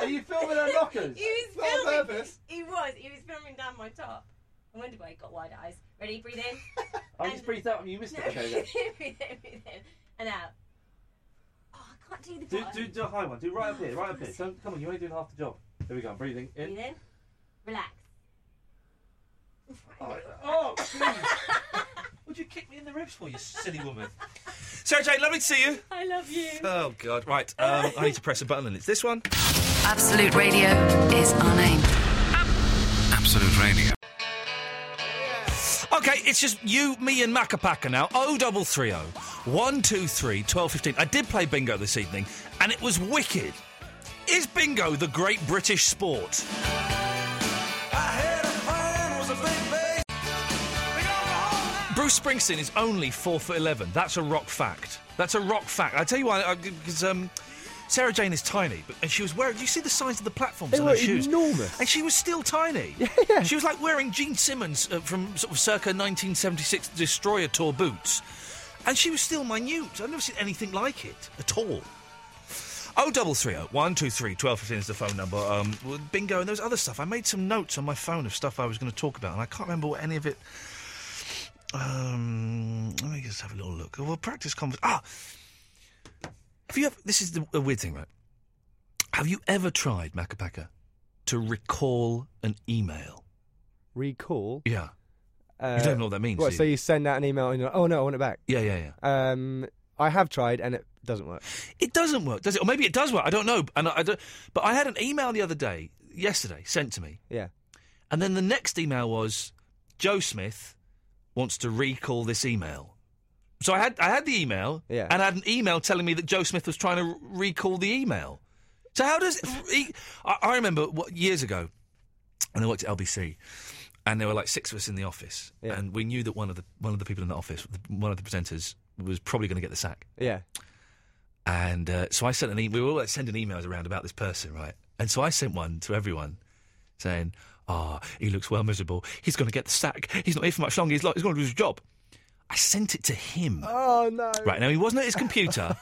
Are you filming her knockers? He was Not on filming. purpose. He was. He was filming down my top. I wonder why he got wide eyes. Ready? Breathe in. I just breathed out and you missed No, it. Okay, breathe go. in, breathe in, breathe in, and out. Oh, I can't do the Do, bottom. do, do a high one. Do right up here, right up here. Don't, come on, you're only doing half the job. Here we go. I'm breathing. In. Breathe in. Relax. Oh, Would you kick me in the ribs for, you silly woman? Sarah Jane, lovely to see you. I love you. Oh, God. Right. Um, I need to press a button, and it's this one. Absolute Radio is our name. Absolute Radio. Okay, it's just you, me, and Macapaca now. O double three O, one two three twelve fifteen. I did play bingo this evening, and it was wicked. Is bingo the great British sport? Bruce Springsteen is only four foot eleven. That's a rock fact. That's a rock fact. I tell you why, because um, Sarah Jane is tiny, but and she was wearing. Do you see the size of the platforms They on were her shoes? enormous. And she was still tiny. She was like wearing Gene Simmons uh, from sort of circa 1976 Destroyer Tour boots, and she was still minute. I've never seen anything like it at all. Oh, double three oh one two three twelve fifteen is the phone number. Um, well, bingo and there's other stuff. I made some notes on my phone of stuff I was going to talk about, and I can't remember what any of it. Um, let me just have a little look. Well, practice conversation. Ah, have you ever? This is the a weird thing, right? Have you ever tried Macapaca to recall an email? Recall. Yeah. Uh, you don't know what that means. What, do you? so you send out an email and you're like, oh no, I want it back. Yeah, yeah, yeah. Um, I have tried and it doesn't work. It doesn't work, does it? Or maybe it does work. I don't know. And I, I don't, but I had an email the other day, yesterday, sent to me, Yeah. and then the next email was Joe Smith wants to recall this email. So I had I had the email, Yeah. and I had an email telling me that Joe Smith was trying to r- recall the email. So how does he, I, I remember what years ago when I worked at LBC, and there were like six of us in the office, and we knew that one of the one of the people in the office, one of the presenters, was probably going to get the sack. Yeah. And uh, so I sent an email. We were all like, sending emails around about this person, right? And so I sent one to everyone saying, "Ah, he looks well miserable. He's going to get the sack. He's not here for much longer. He's, like, he's going to lose his job." I sent it to him. Oh no. Right now, he wasn't at his computer,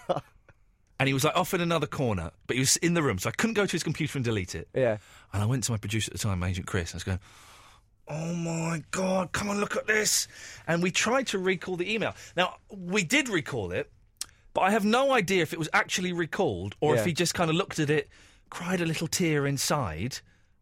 and he was like off in another corner, but he was in the room, so I couldn't go to his computer and delete it. Yeah. And I went to my producer at the time, my agent Chris. And I was going, "Oh my god, come and look at this!" And we tried to recall the email. Now we did recall it, but I have no idea if it was actually recalled or Yeah. if he just kind of looked at it, cried a little tear inside,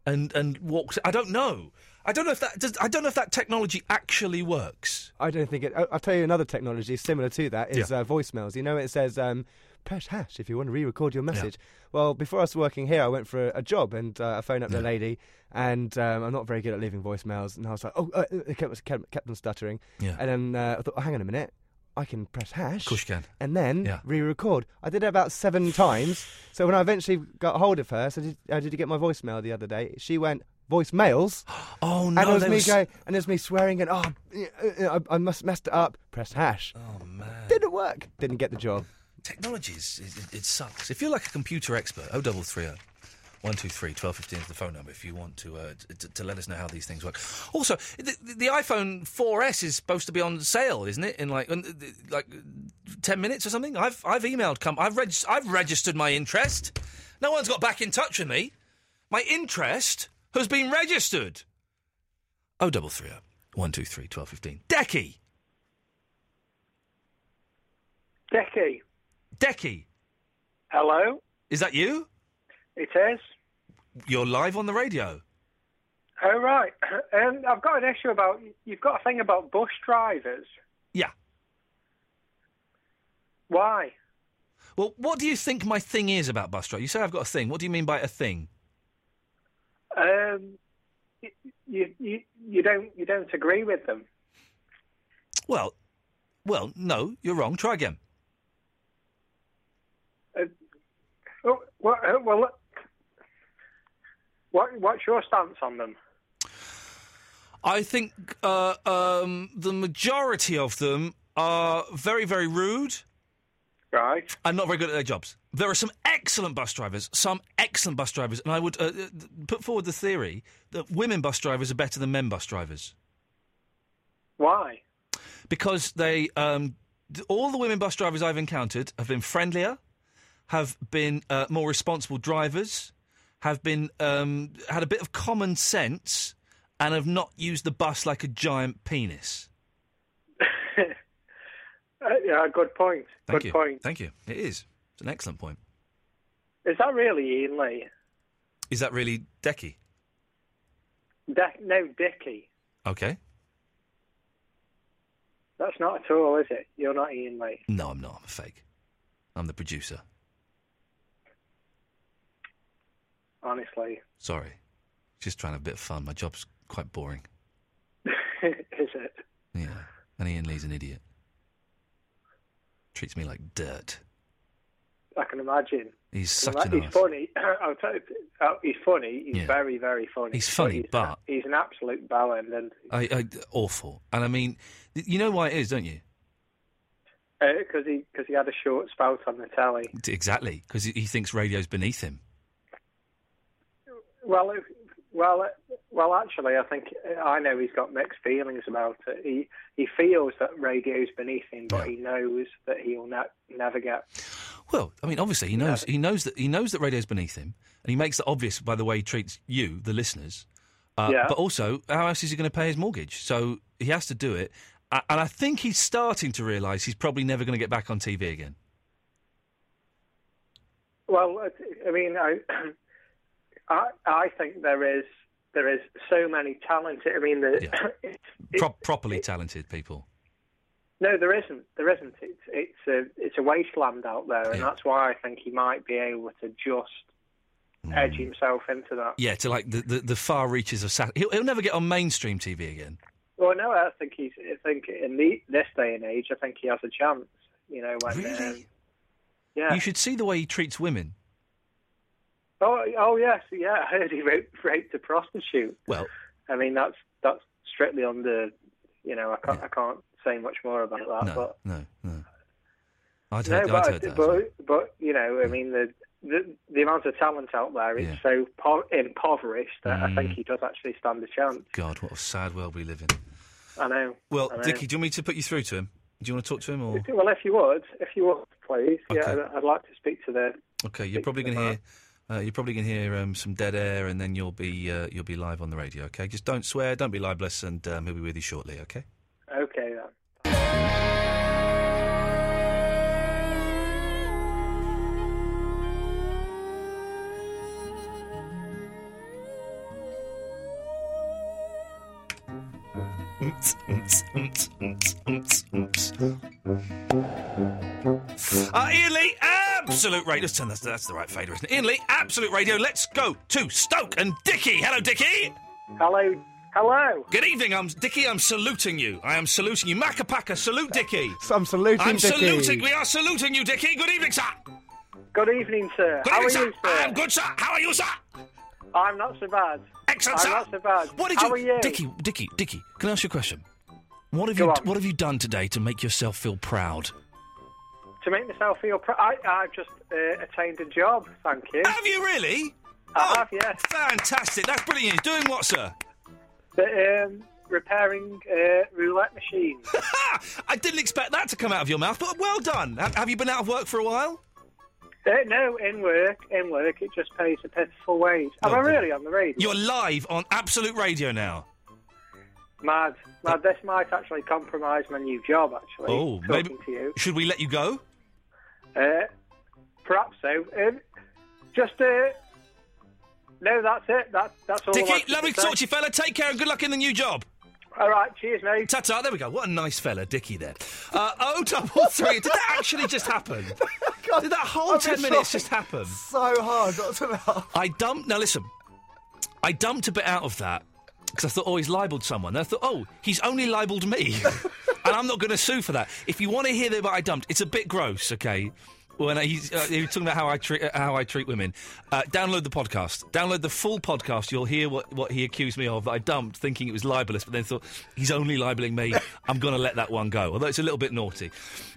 and and walked. I don't know. I don't know if that. Does, I don't know if that technology actually works. I don't think it. I- I'll tell you another technology similar to that is Yeah. uh, voicemails. You know, it says um, press hash if you want to re-record your message. Well, before I was working here, I went for a, a job and uh, I phoned up the lady, and um, I'm not very good at leaving voicemails, and I was like, oh, uh, it kept, kept, kept on stuttering. Yeah. And then uh, I thought, oh, hang on a minute. I can press hash. Of course you can. And then Yeah. re-record. I did it about seven times. So when I eventually got hold of her, so did, uh, did you get my voicemail the other day? She went voicemails. Oh And no, it was there me was- going, and there's me swearing and oh, I, I must messed it up. Pressed hash. Oh man. Didn't work. Didn't get the job. Technology is it, it- it sucks. If you're like a computer expert, 0330 123 1215 is the phone number if you want to, uh, t- t- to let us know how these things work. Also, the, the iPhone 4S is supposed to be on sale, isn't it? In like in, uh, like uh, 10 minutes or something. I've I've emailed come I've reg- I've registered my interest. No one's got back in touch with me. My interest has been registered. 0330 123 1215. Decky. Decky, Decky, hello. is that you? It is. You're live on the radio. Oh, right. Um, I've got an issue about. You've got a thing about bus drivers. Yeah. Why? Well, what do you think my thing is about bus driver? You say I've got a thing. What do you mean by a thing? Um, y- you, you you don't you don't agree with them. Well, well, no, you're wrong. Try again. Uh, Oh, well, uh, well, look. what what's your stance on them? I think uh, um, the majority of them are very, very rude. Right. And not very good at their jobs. There are some excellent bus drivers, some excellent bus drivers, and I would uh, uh, th- put forward the theory that women bus drivers are better than men bus drivers. Why? because they um, th- all the women bus drivers I've encountered have been friendlier, have been uh, more responsible drivers, have been um, had a bit of common sense, and have not used the bus like a giant penis. Uh, yeah, good point. Thank good you. point. Thank you. It is. It's an excellent point. Is that really Ian Lee? Is that really Decky? De- no, Dicky. Okay. That's not at all, is it? You're not Ian Lee. No, I'm not. I'm a fake. I'm the producer. Honestly, Sorry. Just trying to have a bit of fun. My job's quite boring. is it? Yeah. And Ian Lee's an idiot. Treats me like dirt. I can imagine. He's Can such ima- an He's arse. funny. I'll tell you, uh, he's funny. He's Yeah. very, very funny. He's funny, but He's an absolute bellend, and I, I, awful. And I mean, th- you know why it is, don't you? because uh, he because he had a short spout on the telly. D- Exactly. Because he, he thinks radio's beneath him. Well, if, well, uh, well. Actually, I think uh, I know he's got mixed feelings about it. He he feels that radio's beneath him, but he knows that he'll ne- never get. Well, I mean, obviously he knows he knows that he knows that radio's beneath him, and he makes that obvious by the way he treats you, the listeners. Uh, Yeah. But also, how else is he going to pay his mortgage? So he has to do it, A- and I think he's starting to realise he's probably never going to get back on TV again. Well, uh, I- I mean, I, I I think there is there is so many talented. I mean, the, Pro- properly talented people. no, there isn't. There isn't. It's it's a it's a wasteland out there, and Yeah. that's why I think he might be able to just Hmm. edge himself into that. Yeah, to like the, the, the far reaches of sat. He'll, he'll never get on mainstream TV again. Well, no, I think he's. I think in the, this day and age, I think he has a chance. You know, when Really? um, yeah. You should see the way he treats women. Oh, oh yes, yeah. I heard he raped, raped a prostitute. Well, I mean, that's that's strictly under. You know, I can't I can't say much more about that. but no, no. I'd heard, no, I'd but, heard that. as but, well. but you know, I mean the. The, the amount of talent out there is Yeah. so po- impoverished that I Mm. think he does actually stand a chance. God, what a sad world we live in. I know. Well, I know. Dickie, do you want me to put you through to him? Do you want to talk to him or? Well, if you would, if you would, please. Yeah, Okay. I'd, I'd like to speak to the Okay, you're probably going to hear. Uh, you're probably going to hear um, some dead air, and then you'll be uh, you'll be live on the radio. Okay, just don't swear, don't be libelous, and um, he'll be with you shortly. Okay. Okay then. Uh, Ian Lee, absolute radio. Let's turn that's, that's the right fader, isn't it? Ian Lee, absolute radio. Let's go to Stoke and Dickie. Hello, Dickie. Hello. Hello. Good evening. I'm Dickie. I'm saluting you. I am saluting you. Macapaka, salute Dickie. I'm saluting I'm Dickie. saluting. We are saluting you, Dickie. Good evening, sir. Good evening, sir. Good How evening, are sir. you, sir? I'm good, sir. How are you, sir? I'm not so bad. Excellent, I'm sir. not so bad. What did How you, Are you? Dickie? Dickie, Dickie. Can I ask you a question? What have Go you on. What have you done today to make yourself feel proud? To make myself feel proud, I, I've just uh, attained a job. Thank you. Have you really? I have, yes. Oh, Fantastic. That's brilliant. You're doing what, sir? But, um, repairing uh, roulette machines. I didn't expect that to come out of your mouth, but well done. Have, have you been out of work for a while? uh, no, in work, in work, it just pays a pitiful wage. Am I really on the radio? You're live on Absolute Radio now. Mad, mad. This might actually compromise my new job. Actually, Oh, talking maybe. to you. Should we let you go? Uh, perhaps so. Um, just uh, no, that's it. That, that's all. I wanted Dickie, lovely to to say. talk to you, fella. Take care and good luck in the new job. All right, cheers, mate. Ta ta. There we go. What a nice fella, Dickie. There. Uh, oh, double three. Did that actually just happen? Did that whole I've ten been minutes trying just happen? So hard not to laugh. I dumped. Now listen, I dumped a bit out of that because I thought, oh, he's libelled someone. Then I thought, oh, he's only libelled me, and I'm not going to sue for that. If you want to hear what I dumped, it's a bit gross, okay? When he's, uh, he was talking about how I treat uh, how I treat women, uh, download the podcast. Download the full podcast. You'll hear what, what he accused me of that I dumped, thinking it was libelous, but then thought he's only libeling me. I'm going to let that one go. Although it's a little bit naughty.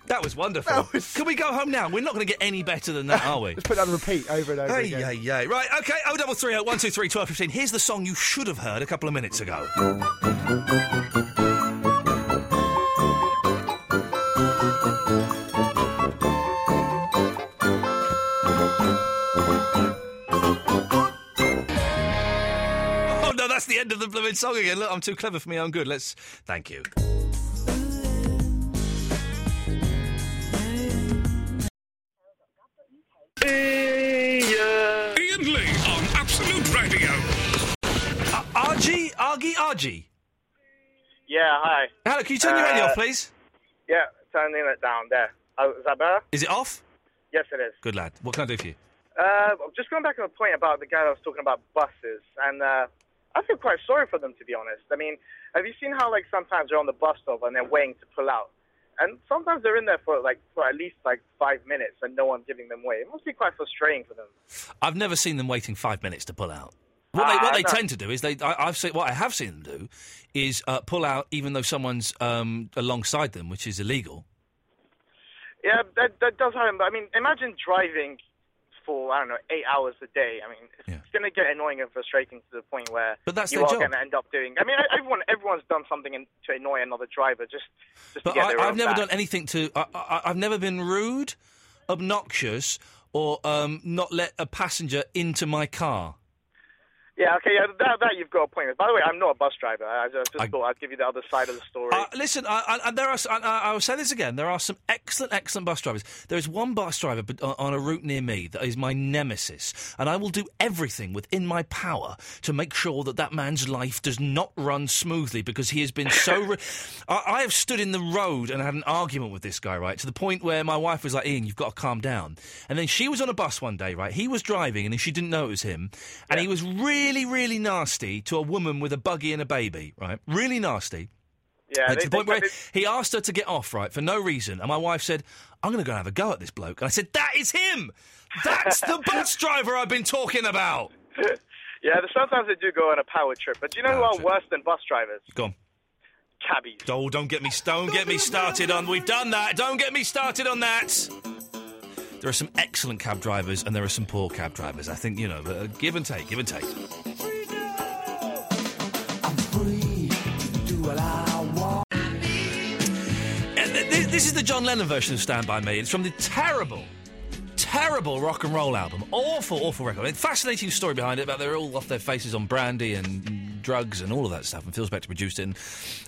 That was wonderful. Can we go home now? We're not going to get any better than that, are we? Just put it on repeat over and over Hey, again. yeah, yeah. Right, okay, oh, 0330 123 1215. Here's the song you should have heard a couple of minutes ago. Oh, no, that's the end of the blooming song again. Look, I'm too clever for my own good. Let's. Thank you. Ian Lee on Absolute Uh, Argy, Argy, Argy. Yeah, hi. Hello, can you turn your radio off, please? Uh, Yeah, turning it down there. Oh, is that better? Is it off? Yes, it is. Good lad. What can I do for you? Uh, just going back to the point about the guy that was talking about buses, and uh, I feel quite sorry for them, to be honest. I mean, have you seen how, like, sometimes they're on the bus stop and they're waiting to pull out? And sometimes they're in there for, like, for at least, like, five minutes and no one's giving them way. It must be quite frustrating for them. I've never seen them waiting five minutes to pull out. What they, Ah, what I they know. tend to do is they I, I've seen what I have seen them do is uh, pull out even though someone's um, alongside them, which is illegal. Yeah, that, that does happen. But, I mean, imagine driving for, I don't know, eight hours a day. I mean, it's, going to get annoying and frustrating to the point where But that's you their are job. going to end up doing... I mean, everyone, everyone's done something in, to annoy another driver just, just But to get I, their I've own never back. done anything to. I, I, I've never been rude, obnoxious, or um, not let a passenger into my car. Yeah, okay, yeah, that, that you've got a point with. By the way, I'm not a bus driver. I just, just thought I'd give you the other side of the story. Uh, listen, I, I, there are. s- I, I- I will say this again. There are some excellent, excellent bus drivers. There is one bus driver but- on on a route near me that is my nemesis, and I will do everything within my power to make sure that that man's life does not run smoothly because he has been so. Re- I, I have stood in the road and had an argument with this guy, right, to the point where my wife was like, "Ian, you've got to calm down." And then she was on a bus one day, right? He was driving, and she didn't know it was him, and he was really, really nasty to a woman with a buggy and a baby, right? Really nasty. Yeah, Uh, they- to the they- point where he asked her to get off, right, for no reason. And my wife said, I'm going to go and have a go at this bloke. And I said, That is him! That's the bus driver I've been talking about! yeah, the- sometimes they do go on a power trip. But do you know who are worse than bus drivers? Go on. Cabbies. Oh, don't get me, st- don't get me started on. We've done that. Don't get me started on that. There are some excellent cab drivers and there are some poor cab drivers. I think, you know, uh, give and take, give and take. Uh, th- th- This is the John Lennon version of Stand By Me. It's from the terrible, terrible rock and roll album. Awful, awful record. I mean, fascinating story behind it about they're all off their faces on brandy and drugs and all of that stuff. And Phil Spector produced it. And,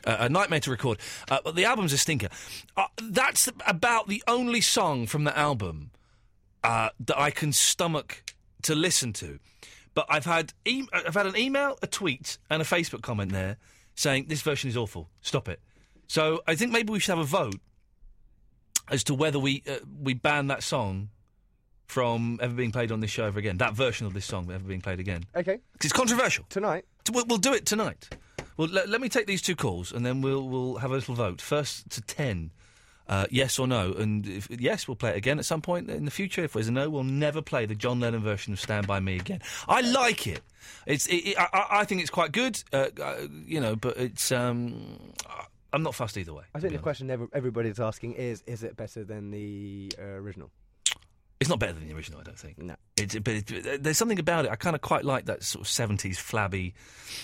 uh, a nightmare to record. Uh, but the album's a stinker. Uh, that's about the only song from the album uh, that I can stomach to listen to. But I've had e- I've had an email, a tweet, and a Facebook comment there saying this version is awful. Stop it. So I think maybe we should have a vote as to whether we uh, we ban that song from ever being played on this show ever again. That version of this song ever being played again. Okay. 'Cause it's controversial. Tonight. We'll, we'll do it tonight. Well, let, let me take these two calls and then we'll we'll have a little vote. First to ten, uh, yes or no. And if yes, we'll play it again at some point in the future. If there's a no, we'll never play the John Lennon version of "Stand by Me" again. I like it. It's it, it, I- I, I think it's quite good. Uh, uh, you know, but it's um, I- I'm not fussed either way. I think the question ev- everybody's asking is: Is it better than the uh, original? It's not better than the original, I don't think. No, it's, but it, there's something about it. I kind of quite like that sort of seventies flabby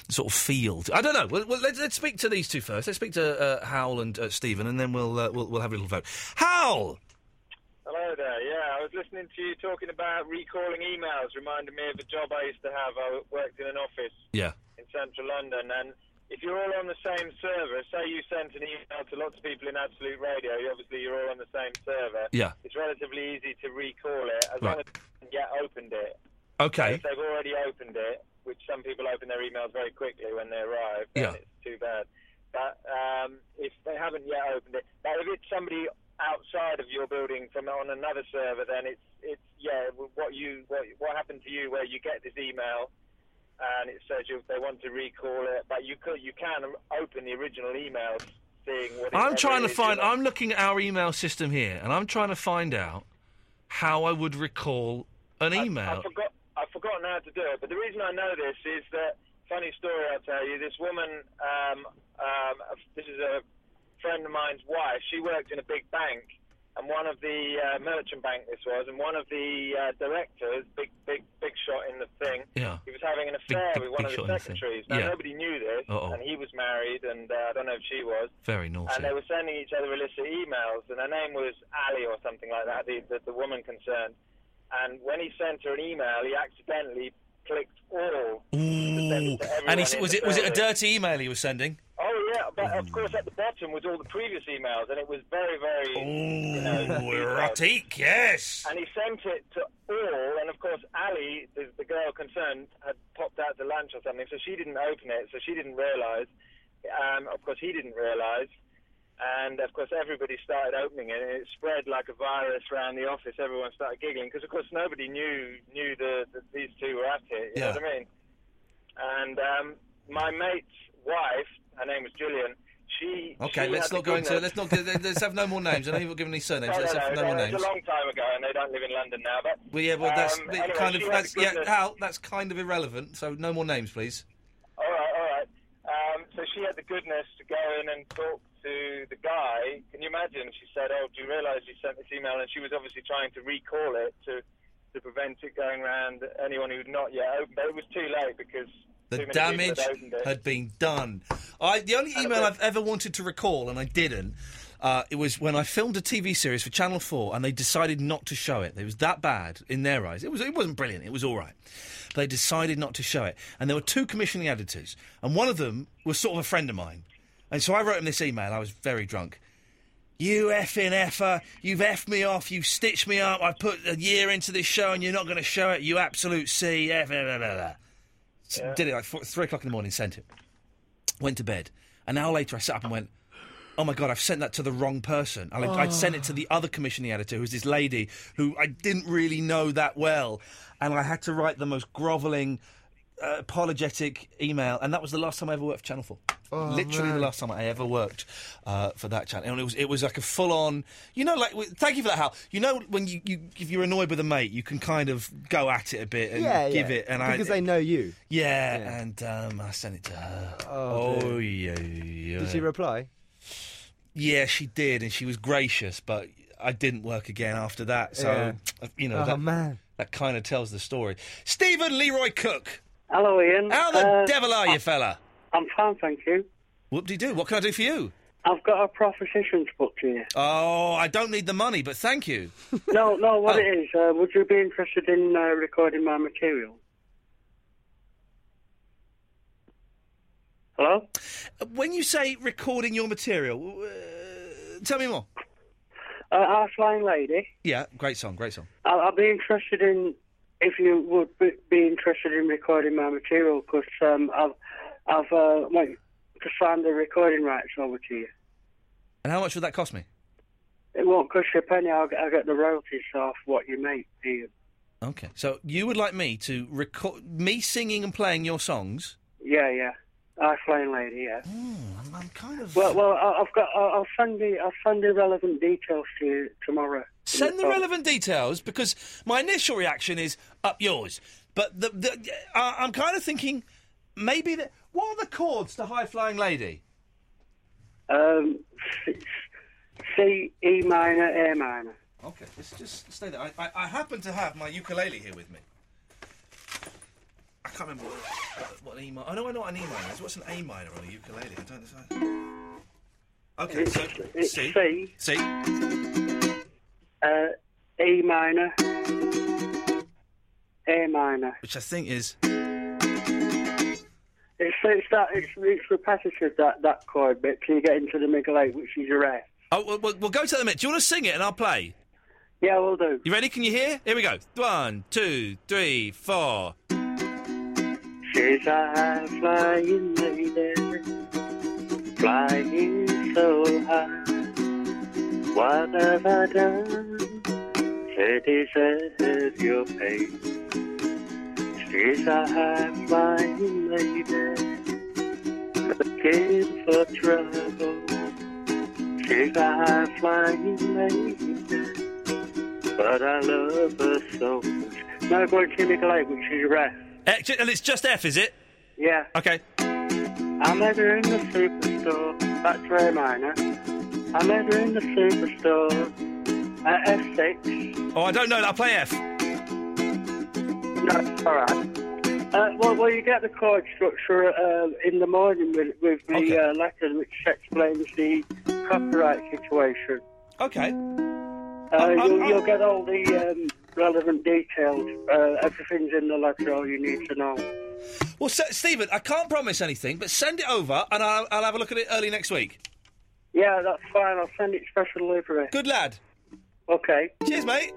sort of feel. I don't know. Well, well let's, let's speak to these two first. Let's speak to uh, Howell and uh, Stephen, and then we'll, uh, we'll we'll have a little vote. Howell, Hello there. Yeah, I was listening to you talking about recalling emails. Reminded me of a job I used to have. I worked in an office yeah, in central London, and if you're all on the same server, say you sent an email to lots of people in Absolute Radio, you- obviously you're all on the same server. Yeah. It's relatively easy to recall it as Right. long as you yet opened it. okay, If they've already opened it, which some people open their emails very quickly when they arrive, yeah, too bad. But um, if they haven't yet opened it, but if it's somebody outside of your building from on another server, then it's it's yeah. What you what, what happened to you where you get this email and it says you, they want to recall it, but you could you can open the original email, seeing what. it- I'm trying to whether it is your find. I'm looking at our email system here, and I'm trying to find out how I would recall an email. I forgot. I've forgotten how to do it. But the reason I know this is that funny story. I'll tell you. This woman. Um, um, this is a friend of mine's wife. She worked in a big bank, and one of the uh, merchant bank this was, and one of the uh, directors, big, big, big shot in the thing. Yeah. He was having an affair Oh. big- with one big shot in the of the thing. secretaries. Now Yeah. nobody knew this, Uh-oh. and he was married, and uh, I don't know if she was. Very naughty. And they were sending each other illicit emails, and her name was Ali or something like that, the, the, the woman concerned. And when he sent her an email, he accidentally clicked all. Ooh. And he, s- was it was it a dirty email he was sending? Oh, yeah, but of course at the bottom was all the previous emails, and it was very, very. you know, Ooh, erotic, yes. And he sent it to all, and of course else, Ali, the, the girl concerned, had popped out to lunch or something, so she didn't open it, so she didn't realise. Um, of course, he didn't realise. And of course, everybody started opening it, and it spread like a virus around the office. Everyone started giggling because, of course, nobody knew knew the, that these two were at it. You know Yeah. what I mean? And um, my mate's wife, her name was Gillian. She Okay, she let's had the not go into. goodness- Let's not. Let's have no more names. I know you've not given any surnames. no, Let's no, have no, no more no, It's names. a long time ago, and they don't live in London now. But Well, yeah, well, that's um, the- anyway, kind of. she had That's the yeah, goodness- Al. That's kind of irrelevant. So no more names, please. All right, all right. Um, so she had the goodness to go in and talk to the guy. Can you imagine? She said, "Oh, do you realise you sent this email?" And she was obviously trying to recall it to to prevent it going round anyone who'd not yet opened. But it was too late because The too many damage people had opened it. had been done. I, the only email I've ever wanted to recall, and I didn't, uh, it was when I filmed a TV series for Channel 4 and they decided not to show it. It was that bad in their eyes. It, was, it wasn't brilliant, it was all right. But they decided not to show it. And there were two commissioning editors, and one of them was sort of a friend of mine. And so I wrote him this email. I was very drunk. You effing effer. You've effed me off. You've stitched me up. I put a year into this show and you're not going to show it. You absolute C. F. Blah, blah, blah, blah. S- Yeah. Did it like four, three o'clock in the morning, sent it. Went to bed. An hour later, I sat up and went, Oh my God, I've sent that to the wrong person. I, I'd sent it to the other commissioning editor, who's this lady who I didn't really know that well. And I had to write the most grovelling, uh, apologetic email. And that was the last time I ever worked for Channel 4. Literally the Oh, man. last last time I ever worked uh, for that channel, and it was it was like a full on. You know, like w- thank you for that, Hal. You know, when you, you if you're annoyed with a mate, you can kind of go at it a bit and yeah, give yeah. it, and because I they know you. yeah, and um, I sent it to her. Oh, dear. yeah, yeah. Did she reply? Yeah, she did, and she was gracious, but I didn't work again after that. So you know, Oh, that, man. that kind of tells the story. Stephen Leroy Cook, Hello, Ian. how the Uh, devil are you, fella? I'm fine, thank you. Whoop de doo. What can I do for you? I've got a proposition to put to you. Oh, I don't need the money, but thank you. no, no, Oh. what it is, uh, would you be interested in uh, recording my material? Hello? When you say recording your material, uh, tell me more. Uh, Our Flying Lady, Yeah, great song, great song. I'll, I'll be interested in, if you would be, be interested in recording my material, because um, I've, I've uh, like, to sign the recording rights over to you. And how much would that cost me? It won't cost you a penny, I'll, get- I'll get the royalties off what you make, Ian. Okay. So you would like me to record me singing and playing your songs? Yeah, yeah. Our Flying Lady, yeah. Hmm, I'm, I'm kind of. Well, well, I- I've got. I'll I'll send the. I'll send the relevant details to you tomorrow. Send Oh. the relevant details because my initial reaction is up yours, but the, the uh, I'm kind of thinking maybe that what are the chords to High Flying Lady? Um, C, C, E minor, A minor. Okay, let's just stay there. I, I, I happen to have my ukulele here with me. I can't remember what, what, what an E minor. I know I know what an E minor is. What's an A minor on a ukulele? I don't know. Okay, so It's C. C. C. Uh, E minor, A minor. Which I think is It's, it's that. It's, it's repetitive that that chord bit till you get into the middle eight, which is your F. Oh, we'll, we'll, we'll go to the minute. Do you want to sing it and I'll play? Yeah, we'll do. You ready? Can you hear? Here we go. One, two, three, four. She's a high flying lady, flying so high. What have I done to deserve your pain? She's a high flying lady, looking for trouble. She's a high flying lady, but I love her so much. Now going to Nicolai, which is rare. Eh, ju- And it's just F, is it? Yeah. Okay. I met her in the superstore. That's Ray Minor. I met her in the superstore at F6. Oh, I don't know. I'll play F. No, all right. Uh, well, well, you get the chord structure uh, in the morning with, with the uh, letter, which explains the copyright situation. Okay. Oh, Uh, you'll, you'll get all the um, relevant details. Uh, everything's in the letter, all you need to know. Well, Se- Stephen, I can't promise anything, but send it over and I'll, I'll have a look at it early next week. Yeah, that's fine. I'll send it special delivery. Good lad. Okay. Cheers, mate.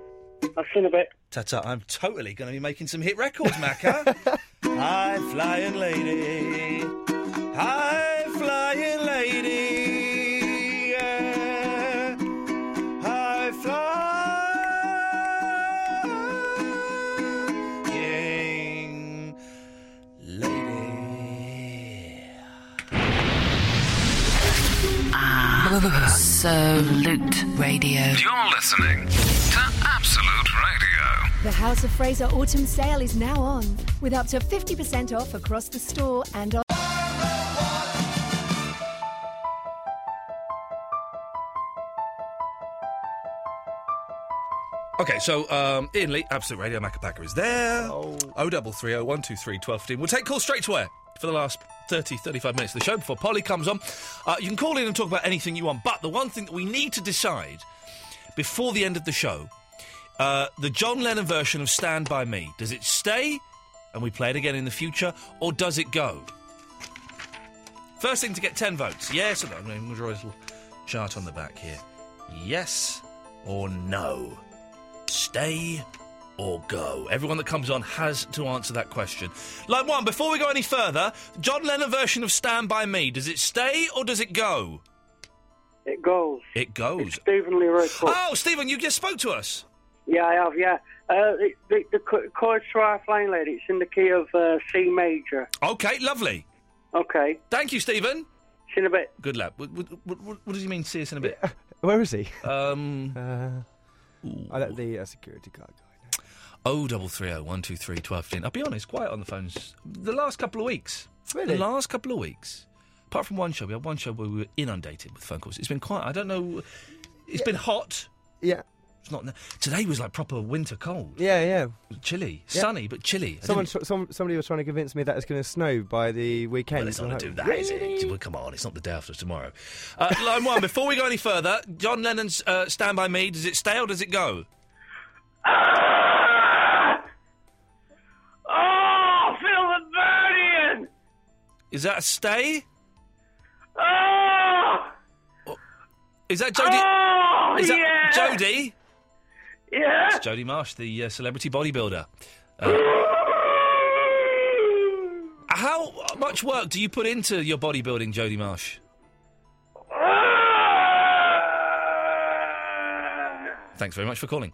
I've seen a bit. Ta ta, I'm totally going to be making some hit records, Macca. High flying lady. High flying lady. Yeah. High flying Absolute Radio. You're listening to Absolute Radio. The House of Fraser Autumn Sale is now on, with up to 50% off across the store and on. Okay, so um, Ian Lee, Absolute Radio, Macapaca is there. Oh. 0330 123 1215. We'll take calls straight to air for the last 30, 35 minutes of the show before Polly comes on. Uh, you can call in and talk about anything you want, but the one thing that we need to decide before the end of the show uh, the John Lennon version of Stand By Me, does it stay and we play it again in the future, or does it go? First thing to get 10 votes yes or no. I'm going to draw a little chart on the back here. Yes or no? Stay or go? Everyone that comes on has to answer that question. Line one, before we go any further, John Lennon version of Stand By Me, does it stay or does it go? It goes. It goes. Stephen Lee Road Court. Oh, Stephen, you just spoke to us. Yeah, I have, yeah. Uh, the the, the cho- chords to our flying lady, it's in the key of uh, C major. Okay, lovely. Okay. Thank you, Stephen. See you in a bit. Good lad. What, what, what, what does he mean, see us in a bit? Where is he? Um, I let the uh, security guard go. Oh, double three oh one two three twelve fifteen. I'll be honest, quiet on the phones. The last couple of weeks, Really? the last couple of weeks, apart from one show, we had one show where we were inundated with phone calls. It's been quiet. I don't know. It's been hot. Yeah. It's not today was like proper winter cold, Yeah, yeah. chilly, Yeah. sunny but chilly. I Someone, didn't- tr- some, somebody was trying to convince me that it's going to snow by the weekend. Well, it's not I'm going like, to do that, is it? Well, come on, it's not the day after tomorrow. Uh, line one, before we go any further, John Lennon's uh, Stand By Me, does it stay or does it go? Oh, Phil the Birdian! Is that a stay? Oh! Is that Jodie? Oh, is that yeah. Jodie? Yeah. It's Jodie Marsh, the uh, celebrity bodybuilder. Uh, how much work do you put into your bodybuilding, Jodie Marsh? Thanks very much for calling.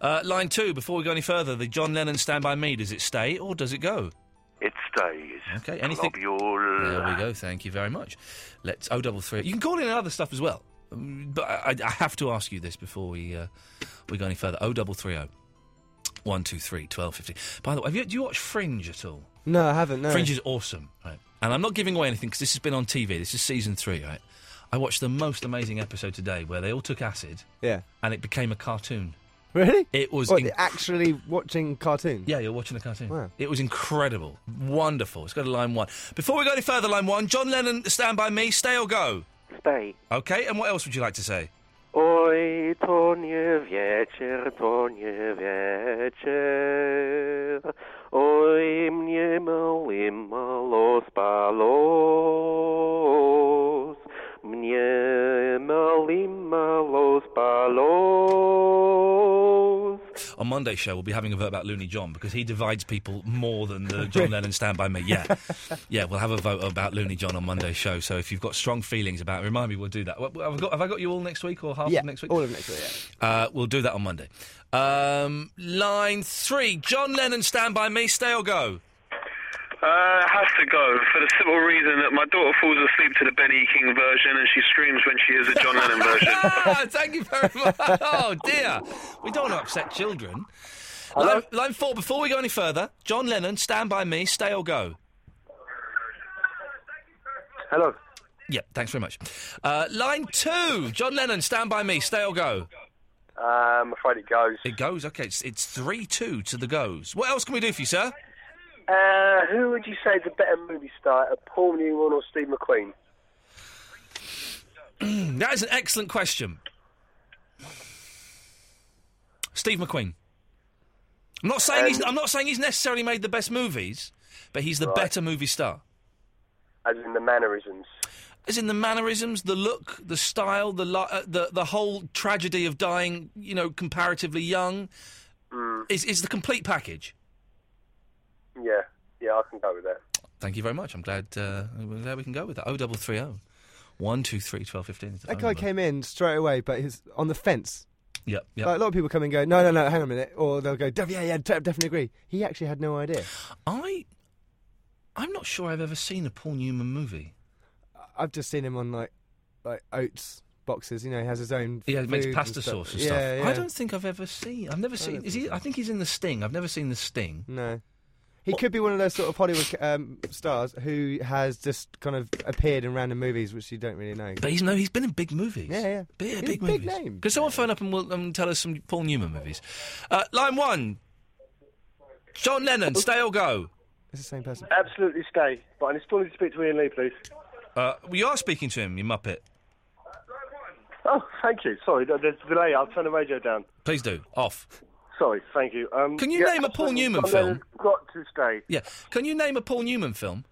Uh, line two, before we go any further, the John Lennon Stand By Me, does it stay or does it go? It stays. Okay, anything. There we go. Thank you very much. Let's O double three. You can call in other stuff as well, Um, but I, I have to ask you this before we uh, we go any further. O double three O. One two three twelve fifty. By the way, have you, do you watch Fringe at all? No, I haven't. No. Fringe is awesome, right? And I'm not giving away anything because this has been on TV. This is season three, right? I watched the most amazing episode today where they all took acid. Yeah. And it became a cartoon. Really? It was What, in- actually watching cartoons. Yeah, you're watching a cartoon. Wow. It was incredible, wonderful. Let's go to line one. Before we go any further, line one, John Lennon, Stand By Me, stay or go? Stay. Okay, and what else would you like to say? Oj, to nie wieczór, to nie wieczór. Oj, mnie mały malo spalos. Mnie mały malo spalos. On Monday's show, we'll be having a vote about Looney John because he divides people more than the John Lennon Stand By Me. Yeah. Yeah, we'll have a vote about Looney John on Monday's show. So if you've got strong feelings about it, remind me, we'll do that. Wh- wh- Have I got, have I got you all next week or half Yeah, of next week? all of next week, Uh, we'll do that on Monday. Um, line three John Lennon Stand By Me, stay or go? Uh, it has to go for the simple reason that my daughter falls asleep to the Benny King version and she screams when she hears the John Lennon version. Ah, thank you very much. Oh dear, we don't want to upset children. Line, line four. Before we go any further, John Lennon, Stand by Me, Stay or Go. Hello. Yeah, thanks very much. Uh, line two, John Lennon, Stand by Me, Stay or Go. Uh, I'm afraid it goes. It goes. Okay, it's, it's three two to the goes. What else can we do for you, sir? Uh, who would you say is a better movie star, a Paul Newman or Steve McQueen? that is an excellent question. Steve McQueen. I'm not saying he's. I'm not saying he's necessarily made the best movies, but he's the better movie star. As in the mannerisms. As in the mannerisms, the look, the style, the li- uh, the the whole tragedy of dying, you know, comparatively young. It's, it's the complete package. Yeah, yeah, I can go with that. Thank you very much. I'm glad, uh, I'm glad we can go with that. 0330 123 1215. is the That phone guy number. came in straight away, but he's on the fence. Yep, yep. Like, a lot of people come and go, no, no, no, hang on a minute. Or they'll go, "Def- yeah, yeah, def- definitely agree. He actually had no idea. I, I'm not sure I've ever seen a Paul Newman movie. I've just seen him on like, like oats boxes. You know, he has his own. Yeah, he makes food pasta and sauce and yeah, stuff. Yeah. I don't think I've ever seen. I've never seen. don't Is he? I think he's in the Sting. I've never seen the Sting. No. He could be one of those sort of Hollywood um, stars who has just kind of appeared in random movies, which you don't really know. But he's no, he's been in big movies. Yeah, yeah, big, He's big, big movies. name. Could someone phone up and, will, and tell us some Paul Newman movies? Uh, line one. John Lennon, Oh. stay or go. It's the same person. Absolutely stay, but I still need to speak to Ian Lee, please. Uh, well, you are speaking to him, you muppet. Oh, thank you. Sorry, there- there's a delay. I'll turn the radio down. Please do off. Sorry, thank you. Um, Can you name a Paul absolutely. Newman John Lennon's Got to stay. Yeah. Can you name a Paul Newman film?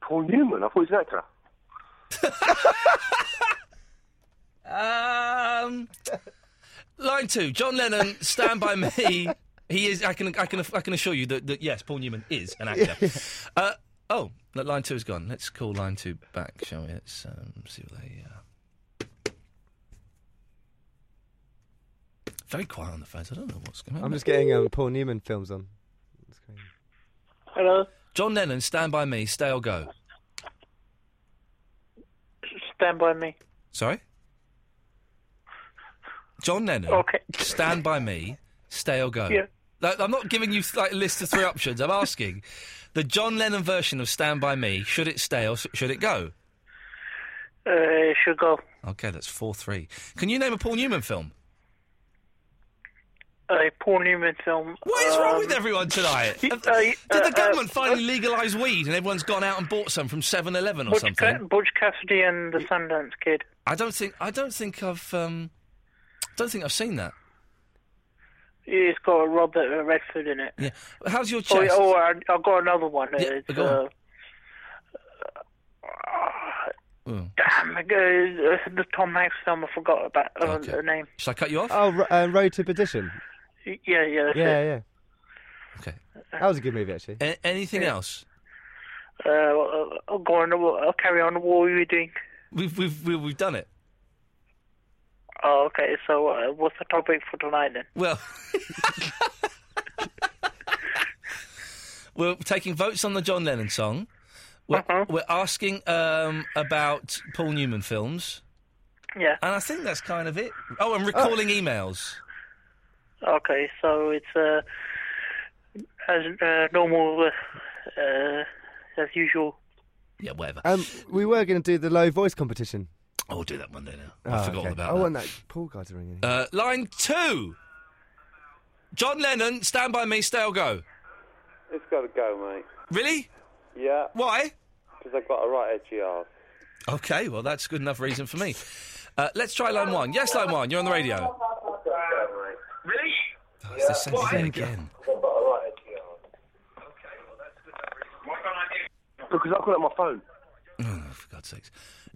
Paul Newman. I thought he was an actor. Um, line two. John Lennon, Stand by Me. He is. I can. I can. I can assure you that, that yes, Paul Newman is an actor. Uh, oh, no, line two is gone. Let's call line two back, shall we? Let's um, see what they. Uh... Very quiet on the phones. I don't know what's going on. I'm just getting um, Paul Newman films on. Hello. John Lennon, Stand by Me, Stay or Go. Stand by me. Sorry. John Lennon. Okay. Stand by me. Stay or go. Yeah. Like, I'm not giving you like a list of three options. I'm asking the John Lennon version of Stand by Me. Should it stay or s- should it go? Uh, should go. Okay, that's four three. Can you name a Paul Newman film? A Paul Newman film. What is wrong with everyone tonight? he- Have- uh, Did uh, the Um, uh, government finally legalise weed and everyone's gone out and bought some from 7-Eleven or Butch, something? Ca- Butch Cassidy and the Sundance Kid. I don't think I don't think I've um, don't think I've seen that. It's got Robert Redford in it. Yeah. How's your Oh, chest? oh, I, I've got another one. Yeah, it's, go on. uh, uh, Mm. Damn, it goes, uh, the Tom Hanks film. I forgot about uh, the name. Should I cut you off? Oh, Ro- uh, Road to Perdition. Y- Yeah, yeah, that's yeah, it. yeah. Okay. That was a good movie, actually. A- anything else? Uh, I'll, I'll go on. I'll carry on. What were you doing? We've we've we've, we've done it. Oh, okay. So, uh, what's the topic for tonight then? Well, we're taking votes on the John Lennon song. We're, Uh-huh. we're asking um, about Paul Newman films. Yeah. Uh. And I think that's kind of it. Oh, and recalling emails. Okay, so it's uh, as uh, normal, uh, uh, as usual. Yeah, whatever. Um, we were going to do the low voice competition. I'll do that one day now. Oh, I've forgotten okay. about I that. want that Paul guy to ring in. Uh, line two. John Lennon, stand by me, stay or go. It's got to go, mate. Really? Yeah. Why? Because I've got a right edgy arse. Okay, well, that's good enough reason for me. Uh, let's try line one. Yes, line one, you're on the radio. Really? Oh, it's the same Why? thing again. Because I've got it on my phone. Oh, For God's sakes.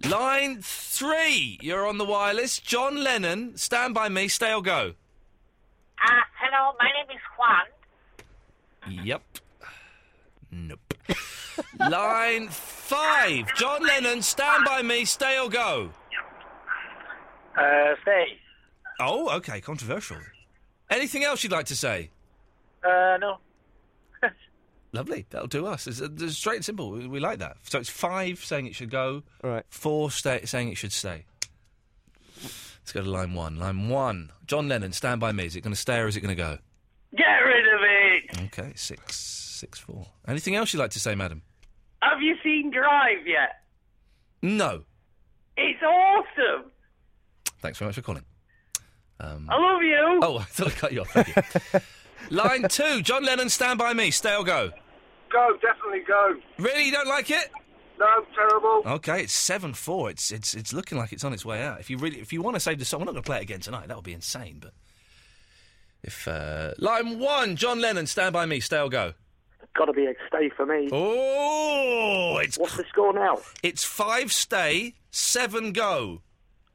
Line three, you're on the wireless. John Lennon, stand by me, stay or go. Uh, hello, my name is Juan. Yep. Nope. Line five, John Lennon, stand by me, stay or go. Uh, stay. Oh, okay, controversial. Anything else you'd like to say? Uh, no. Lovely, that'll do us. It's, uh, it's straight and simple. We, we like that. So it's five saying it should go, right. four sta saying it should stay. Let's go to line one. Line one, John Lennon, stand by me. Is it going to stay or is it going to go? Get rid of it. Okay, six, six, four. Anything else you'd like to say, madam? Have you seen Drive yet? No. It's awesome. Thanks very much for calling. Um, I love you. Oh, I thought I cut you off. Thank you. Line two, John Lennon, stand by me. Stay or go. Go, definitely go. Really, you don't like it? No, terrible. Okay, it's seven four. It's it's it's looking like it's on its way out. If you really, if you want to save the song, we're not going to play it again tonight. That would be insane. But if uh, line one, John Lennon, stand by me. Stay or go. Got to be a stay for me. Oh, it's what's the score now? It's five stay, seven go.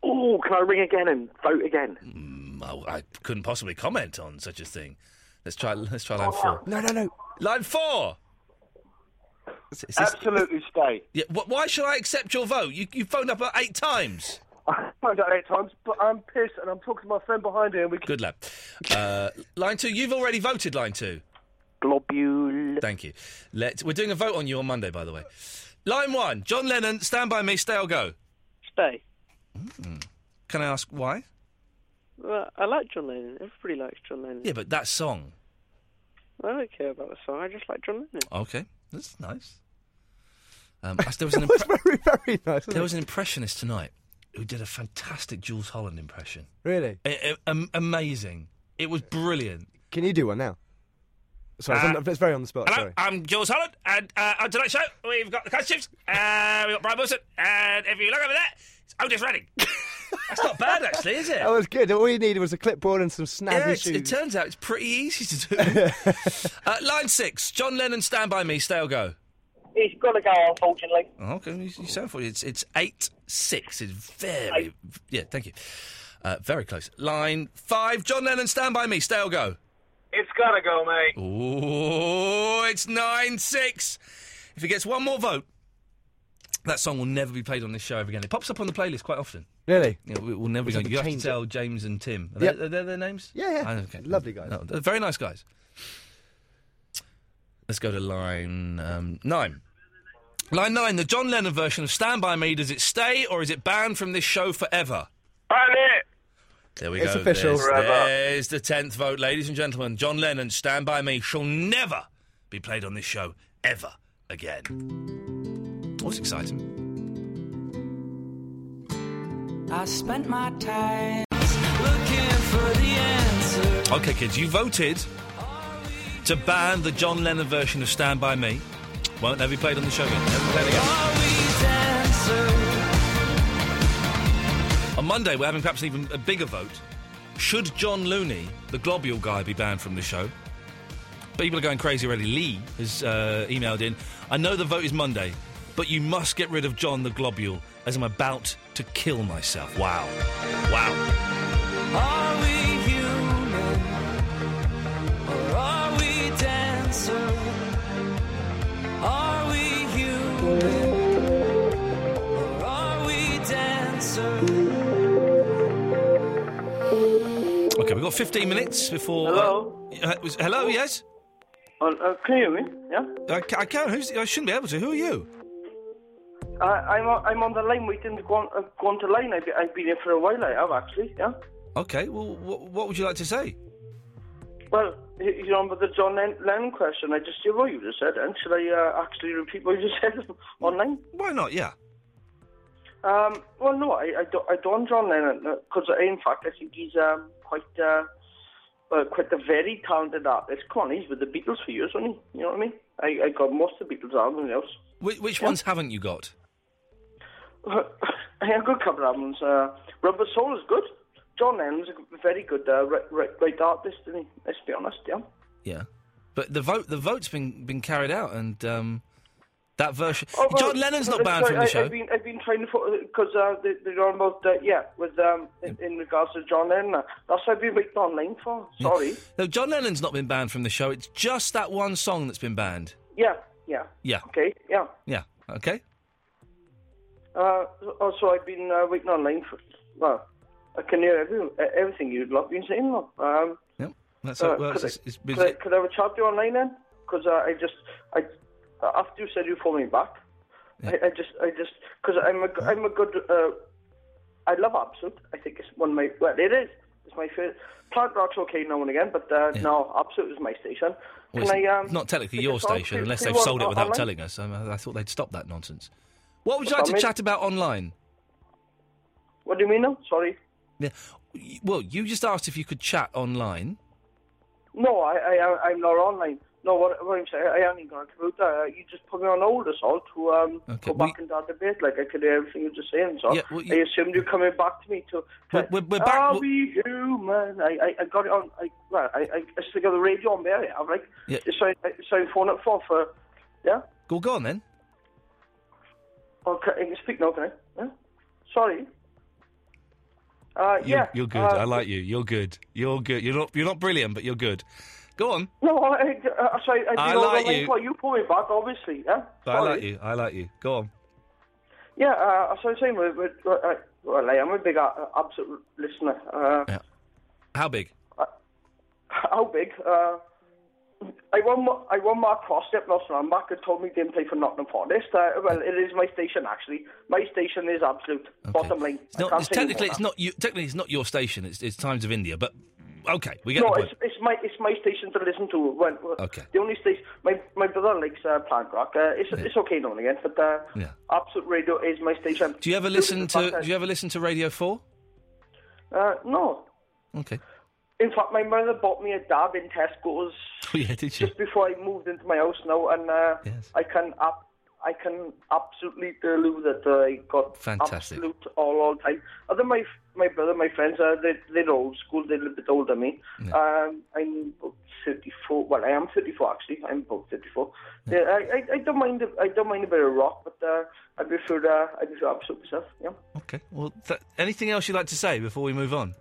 Oh, can I ring again and vote again? Um, I, I couldn't possibly comment on such a thing. Let's try. Let's try Oh, line four. No, no, no. Line four. Is- is this- Absolutely stay. Yeah, wh- why should I accept your vote? You, you phoned up uh, eight times. I phoned out eight times, but I'm pissed and I'm talking to my friend behind here and we Good lad. Uh, line two, you've already voted. Line two. Globule. Thank you. Let we're doing a vote on you on Monday, by the way. Line one, John Lennon, Stand by Me, Stay or Go. Hmm. Stay. Can I ask why? Well, I like John Lennon. Everybody likes John Lennon. Yeah, but that song. I don't care about the song. I just like John Lennon. Okay, that's nice. Um, I- there was an impre- very, very nice. there was an impressionist tonight who did a fantastic Jules Holland impression. Really? A- a- am- amazing. It was brilliant. Can you do one now? Sorry, it's Uh, on the- it's very on the spot. Hello, Sorry. I'm Jules Holland, and uh, on tonight's show we've got the Cast Chips, uh, we've got Brian Wilson, and if you look over there, it's Otis Redding. That's not bad, actually, is it? That was good. All you needed was a clipboard and some snazzy Yeah, it's- shoes. it turns out it's pretty easy to do. uh, line six, John Lennon, Stand by Me, Stay or Go. It's got to go, unfortunately. Oh, okay, you, you sound for it. It's, it's eight six. It's very yeah. Thank you. Uh, very close. Line five. John Lennon, stand by me. Stay or go. It's gotta go, mate. Oh, it's nine six. If he gets one more vote, that song will never be played on this show ever again. It pops up on the playlist quite often. Really? Yeah, we, we'll never We'll go. have to You have to change tell James and Tim. Are Yep. they, are they their names? Yeah, yeah. I don't- okay. Lovely guys. No, they're very nice guys. Let's go to line um, nine. Line nine, the John Lennon version of Stand By Me, does it stay or is it banned from this show forever? There we It's go. official. There's, Forever. there's the tenth vote, ladies and gentlemen. John Lennon, Stand By Me, shall never be played on this show ever again. What's exciting? I spent my time looking for the answer. Okay, kids, you voted to ban the John Lennon version of Stand By Me. Won't ever be played on the show again. Never played again. Always answer. On Monday, we're having perhaps an even a bigger vote. Should John Looney, the globule guy, be banned from the show? People are going crazy already. Lee has uh, emailed in. I know the vote is Monday, but you must get rid of John the globule, as I'm about to kill myself. Wow. Wow. Are we human? Or are we dancer? Are we human? Or are we dancer? Okay, we've got 15 minutes before. Hello? Uh, uh, was- hello, yes? Oh, uh, can you hear me? Yeah? I, ca- I can. Who's, I shouldn't be able to. Who are you? I, I'm, on- I'm on the line waiting to go on, uh, go on the line. I've, I've been here for a while, I have actually, yeah? Okay, well, wh- what would you like to say? Well, y- you know, with the John Len- Lennon question, I just hear what you just said, and should I uh, actually repeat what you just said online? Why not, yeah? Um, well, no, I, I, don't, I don't John Lennon, because in fact, I think he's um, quite... Uh, uh, quite a very talented artist. Come on, he's with the Beatles for years, wasn't he? You know what I mean? I, I got most of the Beatles albums else. Which, which ones haven't you got? I have got a couple of albums. Uh, Rubber Soul is good. John Lennon's a very good uh, right, right, right artist, isn't he? Let's be honest, yeah. Yeah, but the vote the vote's been been carried out, and um, that version. Oh, well, John Lennon's not that's banned right, from the I, show. I've been, I've been trying to because uh, they, they're on about uh, yeah with um in, in regards to John Lennon. That's what I've been waiting online for. Sorry. No, John Lennon's not been banned from the show. It's just that one song that's been banned. Yeah, yeah. Yeah, Okay, yeah. yeah, okay. Uh, also, I've been uh, waiting online for well, I can hear every, everything you've lot been saying. Lot. Um, That's how Uh, it works. could I- It's, it's been, Could I, could I have a chat to you online then? Because uh, I just, I uh, after you said you phoned me back, I, I just, I just, because I'm a, g- I'm a good, uh, I love Absolute. I think it's one of my, well, it is. It's my favorite. Plant Rock's okay now and again, but uh, no, Absolute is my station. Can well, it's I, um, not technically pick your a song? station, Do- unless do you they've want sold it o- without online? telling us. Um, I, I thought they'd stop that nonsense. What would you What's like to that, mate? chat about online? What do you mean? No, sorry. Yeah. Y- Well, you just asked if you could chat online. No, I, I, I'm not online. No, what, what I'm saying, I haven't got a computer. Uh, You just put me on hold, that's all, to um, Okay, go back in that debate. Like, I could hear everything you're just saying, so Yeah, well, I assumed you're coming back to me to... We're, we're, we're back. Are we're- we human? I, I, I got it on... I, well, I, I, I still got the radio on there, yeah. I'm like, Yeah. so I, so I phone up for, for... Yeah? Well, go on then. Okay, I can speak now, can I? Yeah? Sorry. Uh, You're, yeah. you're good. uh, I like you. You're good. You're good. You're not. You're not brilliant, but you're good. Go on. No, I, I, I, sorry, I, I did all like the you. link while you pull me back, obviously. Yeah. I like you. I like you. Go on. Yeah, uh, so I was saying, we're, we're, uh, well, I am a big uh, absolute listener. Uh, How big? how big? Uh, I won, my- I won my cross-step last round back and told me didn't play for Nottingham Forest. Uh, well, it is my station, actually. My station is absolute. Bottom line. It's not. It's technically, it's not. You, technically, it's not your station. It's, it's Times of India. But okay, we get no, the point. it's, it's my it's my station to listen to. When, Okay. The only station my my brother likes uh, punk rock. Uh, it's it's okay now and again, but uh, Yeah. Absolute Radio is my station. Do you ever listen to? Do you ever listen to Radio Four? Uh, no. Okay. In fact, my mother bought me a dab in Tesco's Oh yeah, did you? just before I moved into my house now, and uh, I can up. I can absolutely tell you that I got Fantastic. absolute all all time. Other my f- my brother, my friends, uh, they they're old school. They're a little bit older than me. Um, I'm about thirty four. Well, I am thirty four actually. I'm about thirty four. I, I I don't mind a- I don't mind a bit of rock, but uh, I prefer uh, I prefer absolute myself. Yeah. Okay. Well, th- anything else you'd like to say before we move on?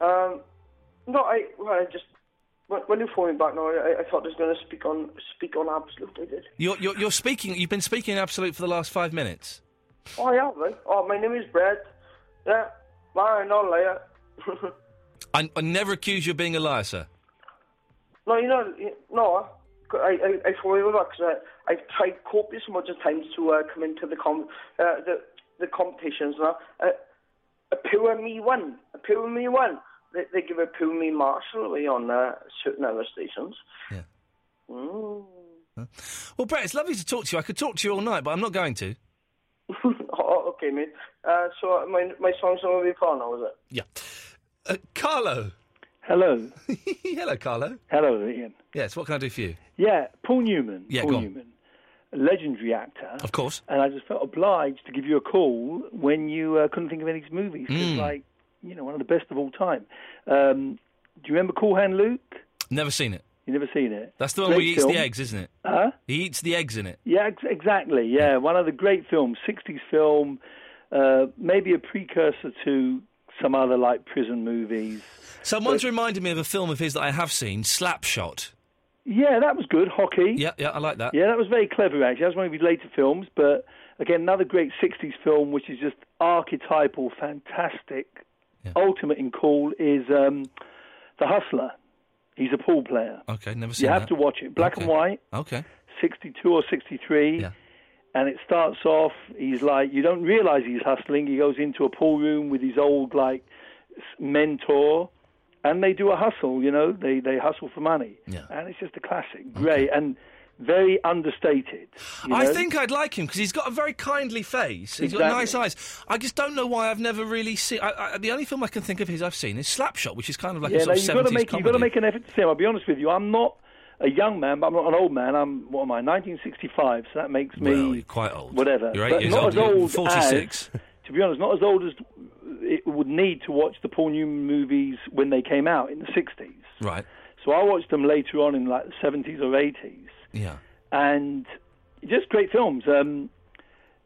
Um, no, I well, I just when, when you phoned me back, no, I, I thought I was going to speak on speak on absolute. I did. You're, you're, you're speaking. You've been speaking in absolute for the last five minutes. Oh, yeah, man. Oh, my name is Brad. Yeah, man, no liar. I, I never accuse you of being a liar, sir. no, you know, you- no. I I, I follow you back 'cause I I've tried copious amounts of times to uh, come into the com uh, the the competitions now. Uh, a pure me one, a pure me one. They, they give a pure me marshal away on uh, certain other stations. Yeah. Mm. Well, Brett, it's lovely to talk to you. I could talk to you all night, but I'm not going to. Oh, okay, mate. Uh, so my my song's gonna be fun, now, is it? Yeah. Uh, Carlo. Hello. Hello, Carlo. Hello, Ian. Yes. What can I do for you? Yeah, Paul Newman. Yeah, Paul go on. Newman, a legendary actor. Of course. And I just felt obliged to give you a call when you uh, couldn't think of any of his movies. 'cause, Mm. like, you know, one of the best of all time. Um, do you remember Cool Hand Luke? Never seen it. You never seen it? That's the one where Great he eats film. the eggs, isn't it? Huh? He eats the eggs in it. Yeah, ex- exactly. Yeah, one of the great films, 60s film, uh, maybe a precursor to some other like prison movies. Someone's reminded me of a film of his that I have seen, Slapshot. Yeah, that was good. Hockey. Yeah, yeah, I like that. Yeah, that was very clever, actually. That was one of his later films, but again, another great 60s film, which is just archetypal, fantastic, ultimate in cool, is um, The Hustler. He's a pool player. Okay, never seen You have that. to watch it. Black and Okay. white, Okay. 62 or 63. And it starts off, he's like, you don't realize he's hustling. He goes into a pool room with his old, like, s- mentor, and they do a hustle, you know, they, they hustle for money. Yeah. And it's just a classic. Great. And very understated. you I know? think uh, I'd like him because he's got a very kindly face. He's got nice Exactly. eyes. I just don't know why I've never really seen. I, I, the only film I can think of his I've seen is Slapshot, which is kind of like yeah, a no, sort you've got of to 70s make you've comedy. got to make an effort to see him. I'll be honest with you, I'm not a young man, but I'm not an old man. I'm what am I? 1965, so that makes me Well, you're quite old. whatever. You're eight but years not old. as You're old 46. as- to be honest, not as old as it would need to watch the Paul Newman movies when they came out in the 60s. Right. So I watched them later on in like the 70s or 80s, Yeah. and just great films. Um,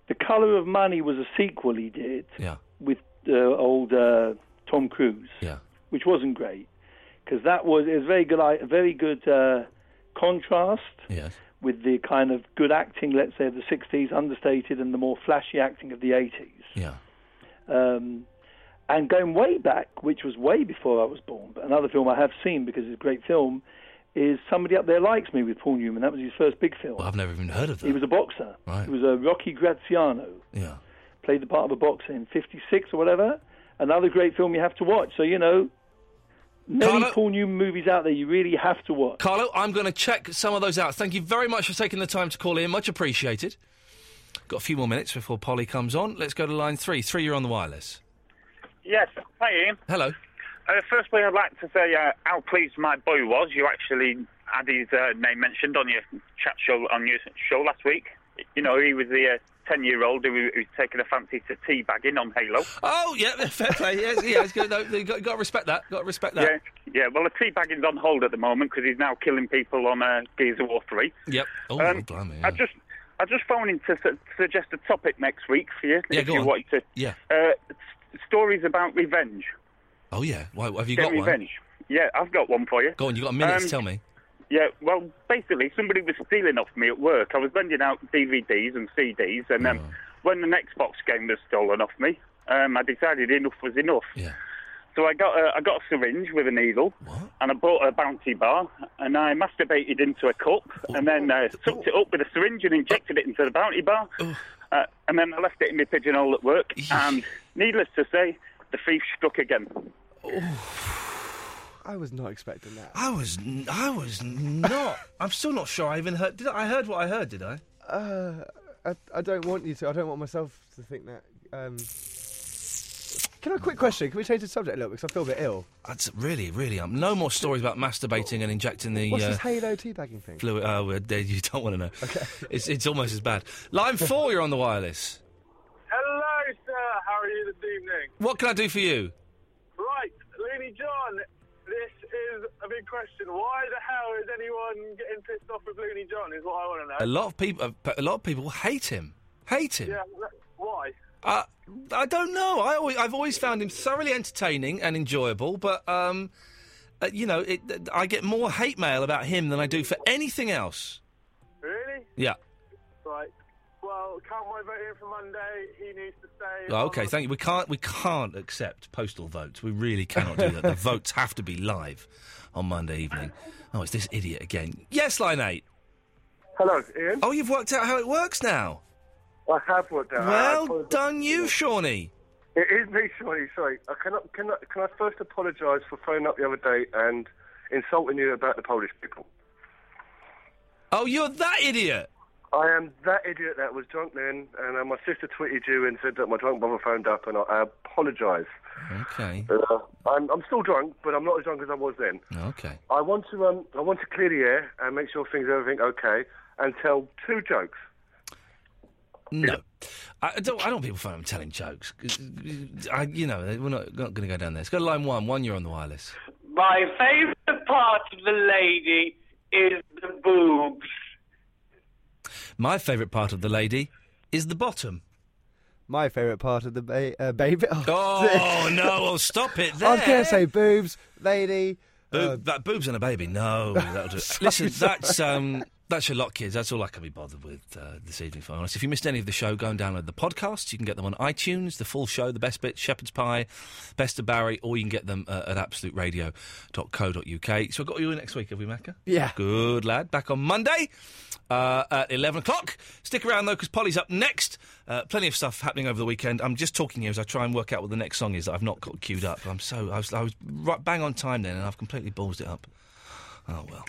the Color of Money was a sequel he did Yeah. with uh, old uh, Tom Cruise, Yeah. which wasn't great because that was it was very good, like, very good uh, contrast Yes. with the kind of good acting, let's say, of the '60s, understated, and the more flashy acting of the '80s. Yeah. Um, and going way back, which was way before I was born, but another film I have seen because it's a great film, is Somebody Up There Likes Me with Paul Newman. That was his first big film. Well, I've never even heard of that. He was a boxer. Right. He was a Rocky Graziano. Yeah. Played the part of a boxer in '56 or whatever. Another great film you have to watch. So you know, many Paul Newman movies out there you really have to watch. Carlo, I'm going to check some of those out. Thank you very much for taking the time to call in. Much appreciated. Got a few more minutes before Polly comes on. Let's go to line three. Three, you're on the wireless. Yes. Hi, Ian. Hello. Uh, firstly, I'd like to say uh, how pleased my boy was. You actually had his uh, name mentioned on your chat show on your show last week. You know, he was the uh, ten-year-old who who was taking a fancy to teabagging on Halo. Oh, yeah, fair play. Yes, yeah, it's good. No, you got, got to respect that. Got to respect that. Yeah, yeah. Well, the teabagging's on hold at the moment because he's now killing people on uh, Gears of War Three. Yep. Oh, Um, blimey. I just, I just phoning to su- suggest a topic next week for you Yeah, if go you on. want to. Yeah. Uh, stories about revenge. Oh yeah. Why, have you Get got one? revenge. Yeah, I've got one for you. Go on, you got a minute to Um, tell me. Yeah, well, basically, somebody was stealing off me at work. I was lending out DVDs and CDs, and um, when the Xbox game was stolen off me, um, I decided enough was enough. Yeah. So I got a, I got a syringe with a needle, and I bought a bounty bar, and I masturbated into a cup, and then uh, sucked it up with a syringe and injected it into the bounty bar, uh, and then I left it in my pigeonhole at work, and needless to say, the thief struck again. I was not expecting that. I was, n- I was not. I'm still not sure I even heard. Did I, I heard what I heard? Did I? Uh, I, I don't want you to. I don't want myself to think that. Um, can I quick question? Can we change the subject a little? Because I feel a bit ill. That's really, really. Um, no more stories about masturbating and injecting the What's uh, this Halo teabagging thing? fluid. Oh, well, Dave, you don't want to know. Okay. It's it's almost as bad. Line four, you're on the wireless. Hello, sir. How are you this evening? What can I do for you? Right, Lady John. This is a big question. Why the hell is anyone getting pissed off with Looney John? Is what I want to A know. lot of people, a lot of people hate him. Hate him. Yeah. wh- Why? Uh, I don't know. I always, I've always found him thoroughly entertaining and enjoyable, but um, uh, you know, it, th- I get more hate mail about him than I do for anything else. Really? Yeah. Right. Well, can't I vote in for Monday? He needs to stay. Oh, okay. Thank you. We can't. We can't accept postal votes. We really cannot do that. the votes have to be live on Monday evening. Oh, it's this idiot again. Yes, line eight. Hello, Ian. Oh, you've worked out how it works now. I have worked out. Well done, you, Shawnee. It is me, Shawnee. Sorry, I cannot. Can I, can I first apologise for phoning up the other day and insulting you about the Polish people? Oh, you're that idiot. I am that idiot that was drunk then, and uh, my sister tweeted you and said that my drunk brother phoned up, and I, I apologise. Okay. Uh, I'm, I'm still drunk, but I'm not as drunk as I was then. Okay. I want to um, I want to clear the air and make sure things everything okay, and tell two jokes. No. I I don't. I don't want people find I'm telling jokes. 'Cause, uh, I, you know, we're not, not going to go down there. Let's go to line one. One, you're on the wireless. My favourite part of the lady is the boobs. My favourite part of the lady is the bottom. My favourite part of the ba- uh, baby. Oh, Oh no! Well, stop it there. I was going to say boobs, lady. uh, Boob, that boobs and a baby. No, that'll do. it. Sorry, Listen, sorry. that's um, that's your lot, kids. That's all I can be bothered with uh, this evening. For honest, if you missed any of the show, go and download the podcast. You can get them on iTunes, the full show, the best bits, Shepherd's Pie, Best of Barry, or you can get them uh, at absoluteradio.co.uk. So I've got you in next week, have we, Macca? Yeah. Good lad. Back on Monday uh, at 11 o'clock. Stick around, though, because Polly's up next. Uh, plenty of stuff happening over the weekend. I'm just talking here as I try and work out what the next song is that I've not got queued up. I'm so. I was, I was right bang on time then, and I've completely ballsed it up. Oh, well.